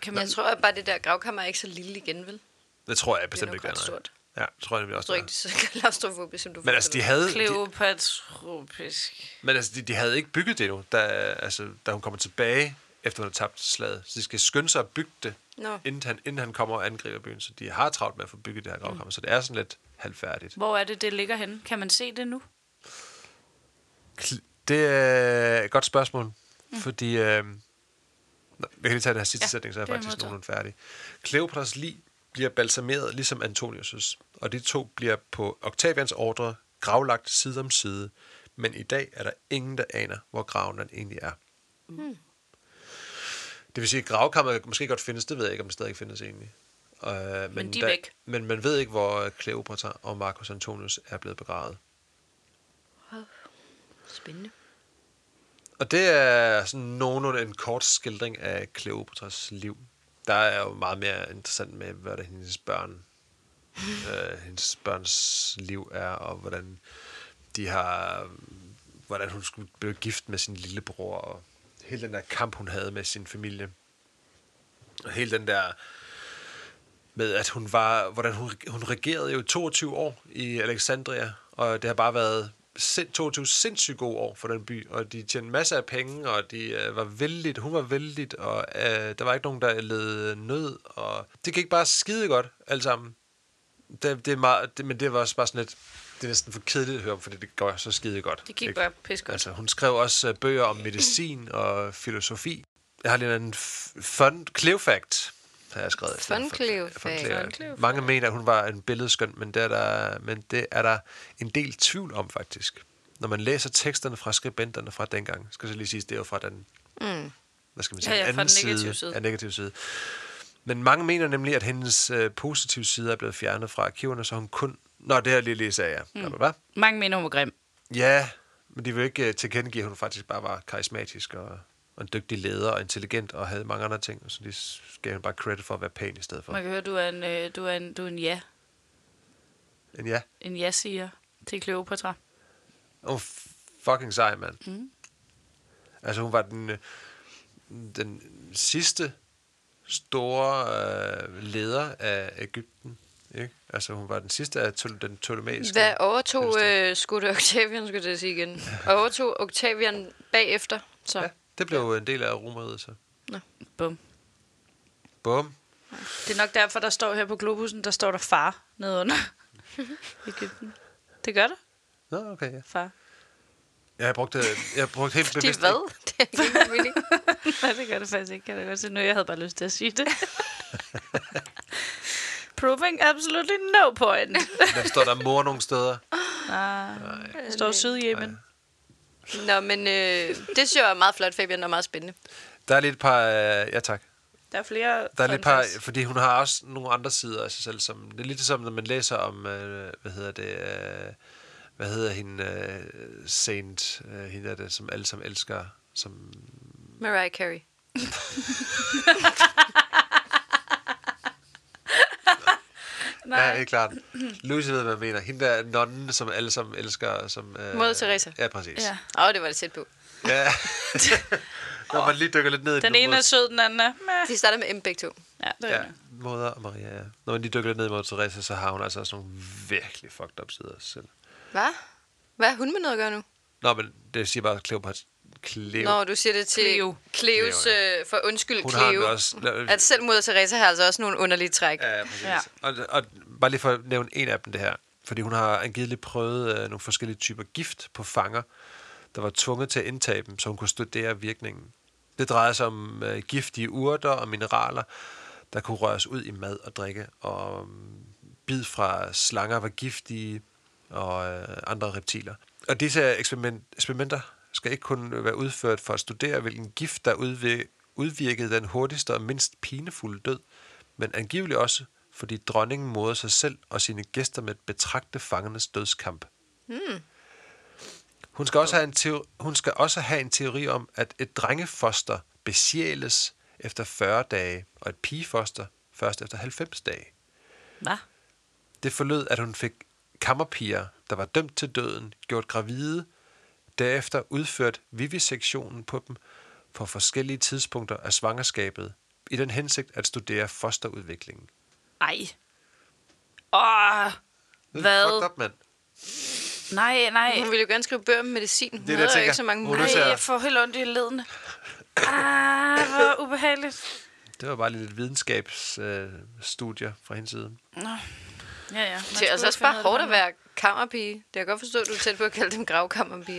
Speaker 1: Kan man
Speaker 3: Jeg tror at bare, det der gravkammer er ikke så lille igen, vel? Jeg
Speaker 2: Det tror jeg bestemt
Speaker 3: nok
Speaker 2: ikke,
Speaker 3: ret
Speaker 2: det er.
Speaker 3: stort.
Speaker 2: Ja, det tror jeg nemlig også.
Speaker 3: tror
Speaker 2: det
Speaker 3: ikke, det er så klaustrofobisk, som du
Speaker 2: er. Men altså, de havde... de-
Speaker 1: Kleopatropisk.
Speaker 2: Men altså, de, de havde ikke bygget det endnu, da, altså, da hun kommer tilbage, efter hun har tabt slaget. Så de skal skynde sig at bygge det,
Speaker 3: Nå.
Speaker 2: inden han, inden han kommer og angriber byen. Så de har travlt med at få bygget det her gravkammer. Mm. Så det er sådan lidt halvfærdigt.
Speaker 1: Hvor er det, det ligger henne? Kan man se det nu?
Speaker 2: Kl- Det er et godt spørgsmål, mm. fordi... Øh, nå, jeg kan lige tage den her sidste
Speaker 1: Ja,
Speaker 2: ja, sætning, så er jeg
Speaker 1: det er
Speaker 2: faktisk
Speaker 1: modtaget.
Speaker 2: nogenlunde færdig. Kleopatras lig bliver balsameret, ligesom Antonius', og de to bliver på Octavians ordre gravlagt side om side. Men i dag er der ingen, der aner, hvor graven den egentlig er. Det vil sige, at gravkammer måske godt findes, det ved jeg ikke, om det stadig findes egentlig. Uh, men,
Speaker 1: Men de er væk.
Speaker 2: Men man ved ikke, hvor Kleopatra og Marcus Antonius er blevet begravet.
Speaker 3: Spændende.
Speaker 2: Og det er sådan nogenlunde en kort skildring af Kleopatras liv. Der er jo meget mere interessant med, hvad der hendes børn, øh, hendes børns liv er, og hvordan de har, hvordan hun skulle blive gift med sin lillebror, og hele den der kamp, hun havde med sin familie. Og hele den der med, at hun var, hvordan hun, hun regerede jo i 22 år i Alexandria, og det har bare været sind, 22 sindssygt gode år for den by, og de tjente masser af penge, og de øh, var vældigt, hun var vældigt, og øh, der var ikke nogen, der led nød, og det gik bare skide godt, alt sammen. Det, det er meget, det, men det var også bare sådan lidt, det er næsten for kedeligt at høre om, fordi det går så skide godt.
Speaker 1: Det gik
Speaker 2: ikke?
Speaker 1: bare pissegodt.
Speaker 2: Altså, hun skrev også øh, bøger om medicin og filosofi. Jeg har lige en anden f- fun cleofact, har jeg skrevet. i stedet
Speaker 3: Fun
Speaker 2: for-
Speaker 3: cleofact.
Speaker 2: fun cleo.
Speaker 1: Fun cleofact.
Speaker 2: Mange mener, at hun var en billedskøn, men det, er der, men det er der en del tvivl om, faktisk. Når man læser teksterne fra skribenterne fra dengang, skal jeg så lige sige, det er jo fra den,
Speaker 3: Mm.
Speaker 2: hvad skal man
Speaker 1: Ja,
Speaker 2: sige,
Speaker 1: ja, fra den negative side.
Speaker 2: side. Ja, negative side. Men mange mener nemlig, at hendes øh, positive side er blevet fjernet fra arkiverne, så hun kun... Nå, det her lige lige sagde jeg. Mm. Hvad?
Speaker 1: Mange mener, hun var grim.
Speaker 2: Ja, men de vil ikke øh, tilkendegive, at hun faktisk bare var karismatisk og, og en dygtig leder og intelligent og havde mange andre ting. Så de s- gav hende bare credit for at være pæn i stedet for.
Speaker 1: Man kan høre, du er en, øh, du er en, du er en ja.
Speaker 2: Men ja,
Speaker 1: En ja-siger til Kleopatra.
Speaker 2: hun oh, fucking sej, mand. Mm. Altså hun var den, øh, den sidste store øh, leder af Ægypten. Ikke? Altså hun var den sidste af Ptol- den ptolemæiske.
Speaker 3: Hvad overtog,
Speaker 2: dynasti.
Speaker 3: øh, skulle Octavian, skulle jeg til at sige igen. Overtog Octavian bagefter, så.
Speaker 2: Ja, det blev en del af romeriet så.
Speaker 1: Bum.
Speaker 2: Bum.
Speaker 1: Det er nok derfor, der står her på globusen, der står der far nedenunder. Ægypten. Det gør der.
Speaker 2: Nå, okay, ja.
Speaker 1: Far.
Speaker 2: Jeg brugte, øh, jeg brugte helt
Speaker 3: Det er
Speaker 2: bevidst
Speaker 3: hvad? Det er ikke en mening.
Speaker 1: Nej, det gør det faktisk ikke. Kan jeg da godt se nu. Jeg havde bare lyst til at sige det. Proving absolutely no point.
Speaker 2: Der står der mor nogle steder.
Speaker 1: Der står Sydjemen.
Speaker 3: Nå, men øh, det synes jeg er meget flot, Fabian, og meget spændende.
Speaker 2: Der er lige et par... Øh, ja, tak.
Speaker 1: Der er flere
Speaker 2: Der er lige et
Speaker 1: fun
Speaker 2: par...
Speaker 1: facts.
Speaker 2: Fordi hun har også nogle andre sider af sig selv, som... Det er lidt som, når man læser om... Øh, hvad hedder det... Øh, hvad hedder hende... Øh, Saint... Øh, hende er det, som alle som elsker... Som...
Speaker 3: Mariah Carey.
Speaker 2: Nej. Ja, helt klart. Louise ved, hvad jeg mener. Hende der er nonnen, som alle som elsker... Som, øh,
Speaker 3: Moder Teresa.
Speaker 2: Ja, præcis.
Speaker 1: Ja.
Speaker 2: Ja.
Speaker 3: Åh, oh, det var det tæt på.
Speaker 2: ja. Når man lige dykker lidt ned i
Speaker 1: Den
Speaker 2: nummer-
Speaker 1: ene er sød, den anden er... meh.
Speaker 3: De starter med M begge to.
Speaker 1: Ja, det er
Speaker 2: Ja,
Speaker 1: ja.
Speaker 2: Moder og Maria, ja. Når man lige dykker lidt ned mod Teresa, så har hun altså også nogle virkelig fucked up sider selv.
Speaker 3: Hvad? Hvad har hun med noget at gøre nu?
Speaker 2: Nå, men det siger bare Cleopatra. Cleo.
Speaker 3: Når du siger det til
Speaker 1: Cleo.
Speaker 3: Cleos,
Speaker 2: Cleo,
Speaker 3: øh, for undskyld
Speaker 2: Hun
Speaker 3: Cleo.
Speaker 2: har det også- øh,
Speaker 3: At selv moder Teresa har altså også nogle underlige træk.
Speaker 2: Ja, præcis. Ja.
Speaker 1: Ja.
Speaker 2: Og, og bare lige for at nævne en af dem det her, fordi hun har angiveligt prøvet øh, nogle forskellige typer gift på fanger, der var tvunget til at indtage dem, så hun kunne studere virkningen. Det drejede sig om øh, giftige urter og mineraler, der kunne røres ud i mad og drikke, og mm, bid fra slanger var giftige, og øh, andre reptiler. Og disse eksperiment, eksperimenter skal ikke kun være udført for at studere, hvilken gift, der udvi- udvirkede den hurtigste og mindst pinefulde død, men angiveligt også, fordi dronningen modede sig selv og sine gæster med at betragte fangernes dødskamp. Hun skal, også have en teori, hun skal også have en teori om, at et drengefoster besjæles efter 40 dage, og et pigefoster først efter 90 dage.
Speaker 1: Hvad?
Speaker 2: Det forlød, at hun fik kammerpiger, der var dømt til døden, gjort gravide, derefter udført vivisektionen på dem på forskellige tidspunkter af svangerskabet, i den hensigt at studere fosterudviklingen.
Speaker 1: Ej. Åh,
Speaker 2: Det er
Speaker 1: Hvad?
Speaker 2: Fucked up, mand.
Speaker 1: nej, nej.
Speaker 3: Hun ville jo gerne skrive bøger med medicin. Hun
Speaker 2: det, jeg
Speaker 3: havde jo
Speaker 2: tænker.
Speaker 3: ikke så mange
Speaker 2: Hun er
Speaker 3: muligheder.
Speaker 2: nødt til
Speaker 1: Ej,
Speaker 2: at-
Speaker 1: jeg får helt ondt i ledene. Ah, hvor ubehageligt.
Speaker 2: Det var bare lidt videnskabsstudier øh, studier fra hendes side.
Speaker 1: Nå. Ja, ja. Man
Speaker 3: Det
Speaker 1: skulle
Speaker 3: er altså
Speaker 1: ikke
Speaker 3: også
Speaker 1: finde
Speaker 3: bare
Speaker 1: ud af
Speaker 3: hårdt at
Speaker 1: det.
Speaker 3: være kammerpige. Det kan jeg godt forstå, at du er tæt på at kalde dem gravkammerpige.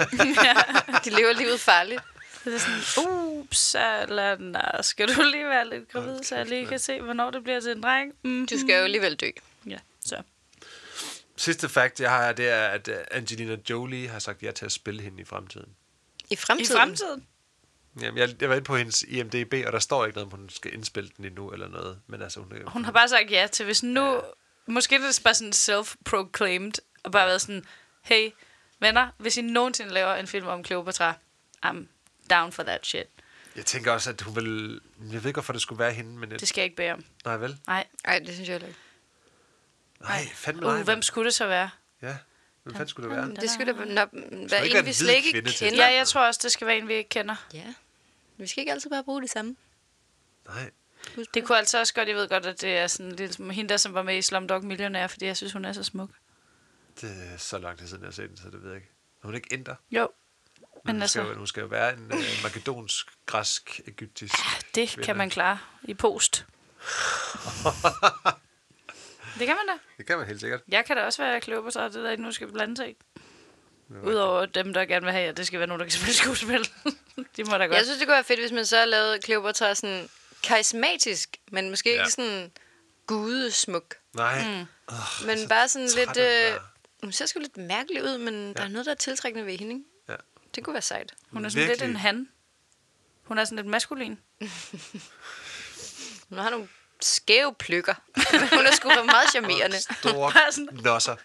Speaker 3: De lever livet farligt.
Speaker 1: Det er sådan, ups, eller nej, skal du lige være lidt gravid, så jeg lige kan se, hvornår det bliver til en dreng? Mm.
Speaker 3: Du skal jo alligevel dø.
Speaker 1: Ja, så.
Speaker 2: Sidste fakt, jeg har her, det er, at øh, Angelina Jolie har sagt ja til at spille hende i fremtiden.
Speaker 3: I
Speaker 1: I
Speaker 3: fremtiden.
Speaker 1: fremtiden?
Speaker 2: Jamen, jeg, jeg var inde på hendes IMDB, og der står ikke noget om, hun skal indspille den endnu eller noget. Men altså, hun,
Speaker 1: Hun har bare sagt ja til, hvis nu... Ja. Måske er det bare sådan self-proclaimed, og bare været sådan, hey, venner, hvis I nogensinde laver en film om Cleopatra, I'm down for that shit.
Speaker 2: Jeg tænker også, at hun vil... Jeg ved ikke, hvorfor det skulle være hende, men... Jeg...
Speaker 1: Det skal jeg ikke bede om.
Speaker 2: Nej, vel?
Speaker 1: Nej.
Speaker 3: Nej, det synes jeg heller ikke.
Speaker 2: Nej, fandme nej.
Speaker 1: Uh, hvem
Speaker 2: mand.
Speaker 1: skulle det så være?
Speaker 2: Ja, hvem fanden skulle det være?
Speaker 3: Det skulle da nok
Speaker 2: være
Speaker 3: være
Speaker 2: en
Speaker 3: en, vi
Speaker 2: hvid
Speaker 3: slet ikke
Speaker 2: kvinde til
Speaker 3: kender.
Speaker 1: Ja, jeg tror også, det skal være en, vi ikke kender.
Speaker 3: ja. Vi skal ikke altid bare bruge det samme.
Speaker 2: Nej.
Speaker 3: Husk
Speaker 1: Det kunne altså også godt, jeg ved godt, at det er sådan lidt som hende der, som var med i Slumdog Millionaire, fordi jeg synes, hun er så smuk.
Speaker 2: Det er så lang tid siden, jeg har set den, så det ved jeg ikke. Er Hun er ikke indre.
Speaker 1: Jo.
Speaker 2: Men
Speaker 1: Men
Speaker 2: hun, skal jo,
Speaker 1: altså,
Speaker 2: hun skal jo være en øh, makedonsk, græsk, egyptisk...
Speaker 1: det
Speaker 2: kvinde.
Speaker 1: kan man klare i post. det kan man da.
Speaker 2: Det kan man helt sikkert.
Speaker 1: Jeg kan da også være Cleopatra, det der ikke nu skal blande sig i. Udover dem, der gerne vil have, at det skal være nogen, der kan spille skuespil. De må da godt.
Speaker 3: Jeg synes, det kunne være fedt, hvis man så lavede Cleopatra sådan karismatisk, men måske
Speaker 2: Ja.
Speaker 3: ja. ikke sådan gudesmuk.
Speaker 2: Nej. Mm.
Speaker 3: Men bare sådan
Speaker 2: træt
Speaker 3: lidt...
Speaker 2: af det
Speaker 3: Øh,
Speaker 2: der.
Speaker 3: hun ser sgu lidt mærkelig ud, men ja. der er noget, der er tiltrækkende ved hende, ikke?
Speaker 2: Ja.
Speaker 3: Det kunne være sejt.
Speaker 1: Hun er sådan
Speaker 2: virkelig.
Speaker 1: lidt en han. Hun er sådan lidt maskulin.
Speaker 3: Hun har nogle skæve pløkker. men hun er sgu da meget charmerende.
Speaker 1: Bare
Speaker 2: Store
Speaker 1: sådan-
Speaker 2: nosser.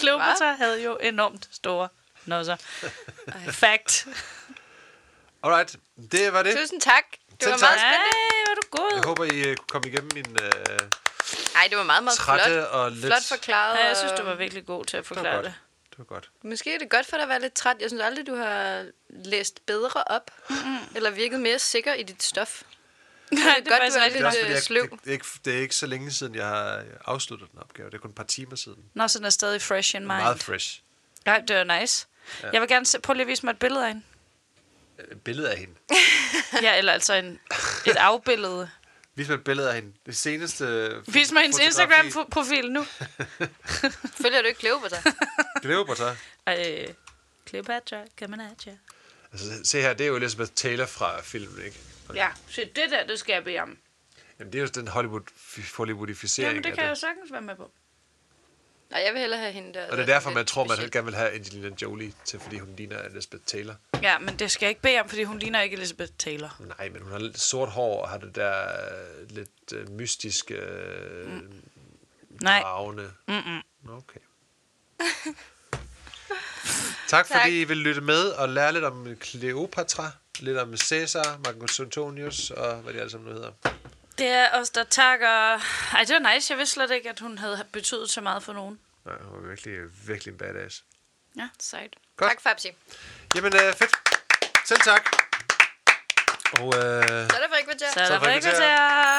Speaker 1: Cleopatra havde jo enormt store nosser. Fact.
Speaker 2: Alright, det var det.
Speaker 3: Tusind tak. Det
Speaker 2: Selv
Speaker 3: var meget
Speaker 1: Ej,
Speaker 3: spændende.
Speaker 1: hvor er du
Speaker 2: Jeg
Speaker 1: god.
Speaker 2: håber, I øh, kunne komme igennem min... Øh,
Speaker 3: Nej, det var meget, meget
Speaker 2: Trætte
Speaker 3: flot.
Speaker 2: og lidt-
Speaker 3: Flot forklaret.
Speaker 1: Ja, jeg synes,
Speaker 3: og-
Speaker 1: du var virkelig god til at
Speaker 2: det var
Speaker 1: forklare
Speaker 2: godt.
Speaker 1: det.
Speaker 2: Det var godt.
Speaker 3: Måske er det godt for dig at være lidt træt. Jeg synes aldrig, du har læst bedre op. Eller virket mere sikker i dit stof.
Speaker 1: Nej, det
Speaker 3: er godt, du er
Speaker 2: Det
Speaker 1: rigtigt
Speaker 2: er,
Speaker 3: lidt-
Speaker 2: også,
Speaker 3: øh,
Speaker 2: fordi jeg,
Speaker 3: sløv.
Speaker 2: det, det, er ikke, det er ikke så længe siden, jeg har øh, afsluttet den opgave. Det er kun et par timer siden.
Speaker 1: nok. Nå, så den er stadig fresh in mind.
Speaker 2: Meget fresh.
Speaker 1: Nej, det var nice. Ja. Jeg vil gerne se, prøv lige at vise mig et billede af hende.
Speaker 2: Øh, Billede af hende.
Speaker 1: Ja, eller altså en, et afbillede.
Speaker 2: Vis mig et billede af hende. Det seneste øh,
Speaker 1: Vis mig hendes Instagram-profil nu.
Speaker 3: Følger du ikke Cleopatra?
Speaker 2: Gløber så.
Speaker 1: Ej, Øh, Cleopatra, coming at you.
Speaker 2: Altså, se her, det er jo Elizabeth Taylor fra filmen, ikke?
Speaker 1: Ja, se det der, det skal jeg bede om.
Speaker 2: Jamen, det er jo den Hollywood, Hollywoodificering
Speaker 1: Jamen, det kan
Speaker 2: af
Speaker 1: jeg jo
Speaker 2: det.
Speaker 1: sagens være med på.
Speaker 3: Nej, jeg vil hellere have hende der.
Speaker 2: Og det er derfor, man tror, man helt gerne vil have Angelina Jolie til, fordi hun ligner Elizabeth Taylor.
Speaker 1: Ja, men det skal jeg ikke bede om, fordi hun ligner ikke Elizabeth Taylor.
Speaker 2: Nej, men hun har lidt sort hår og har det der øh, lidt øh, mystiske, øh, mm.
Speaker 1: Nej.
Speaker 2: dragende. Mm-mm. Okay. tak, fordi I vil lytte med og lære lidt om Cleopatra, lidt om Caesar, Marcus Antonius og hvad de alle sammen nu hedder.
Speaker 1: Det er os, der takker... Ej, det var nice. Jeg vidste slet ikke, at hun havde betydet så meget for nogen.
Speaker 2: Nej, hun var virkelig, virkelig en badass.
Speaker 1: Ja, sejt.
Speaker 2: Godt.
Speaker 3: Tak, Fabsi.
Speaker 2: Jamen, øh, fedt. Selv tak. Og øh,
Speaker 3: Så er der frikvarter.
Speaker 1: Så er der
Speaker 2: frikvarter.
Speaker 1: frikvarter.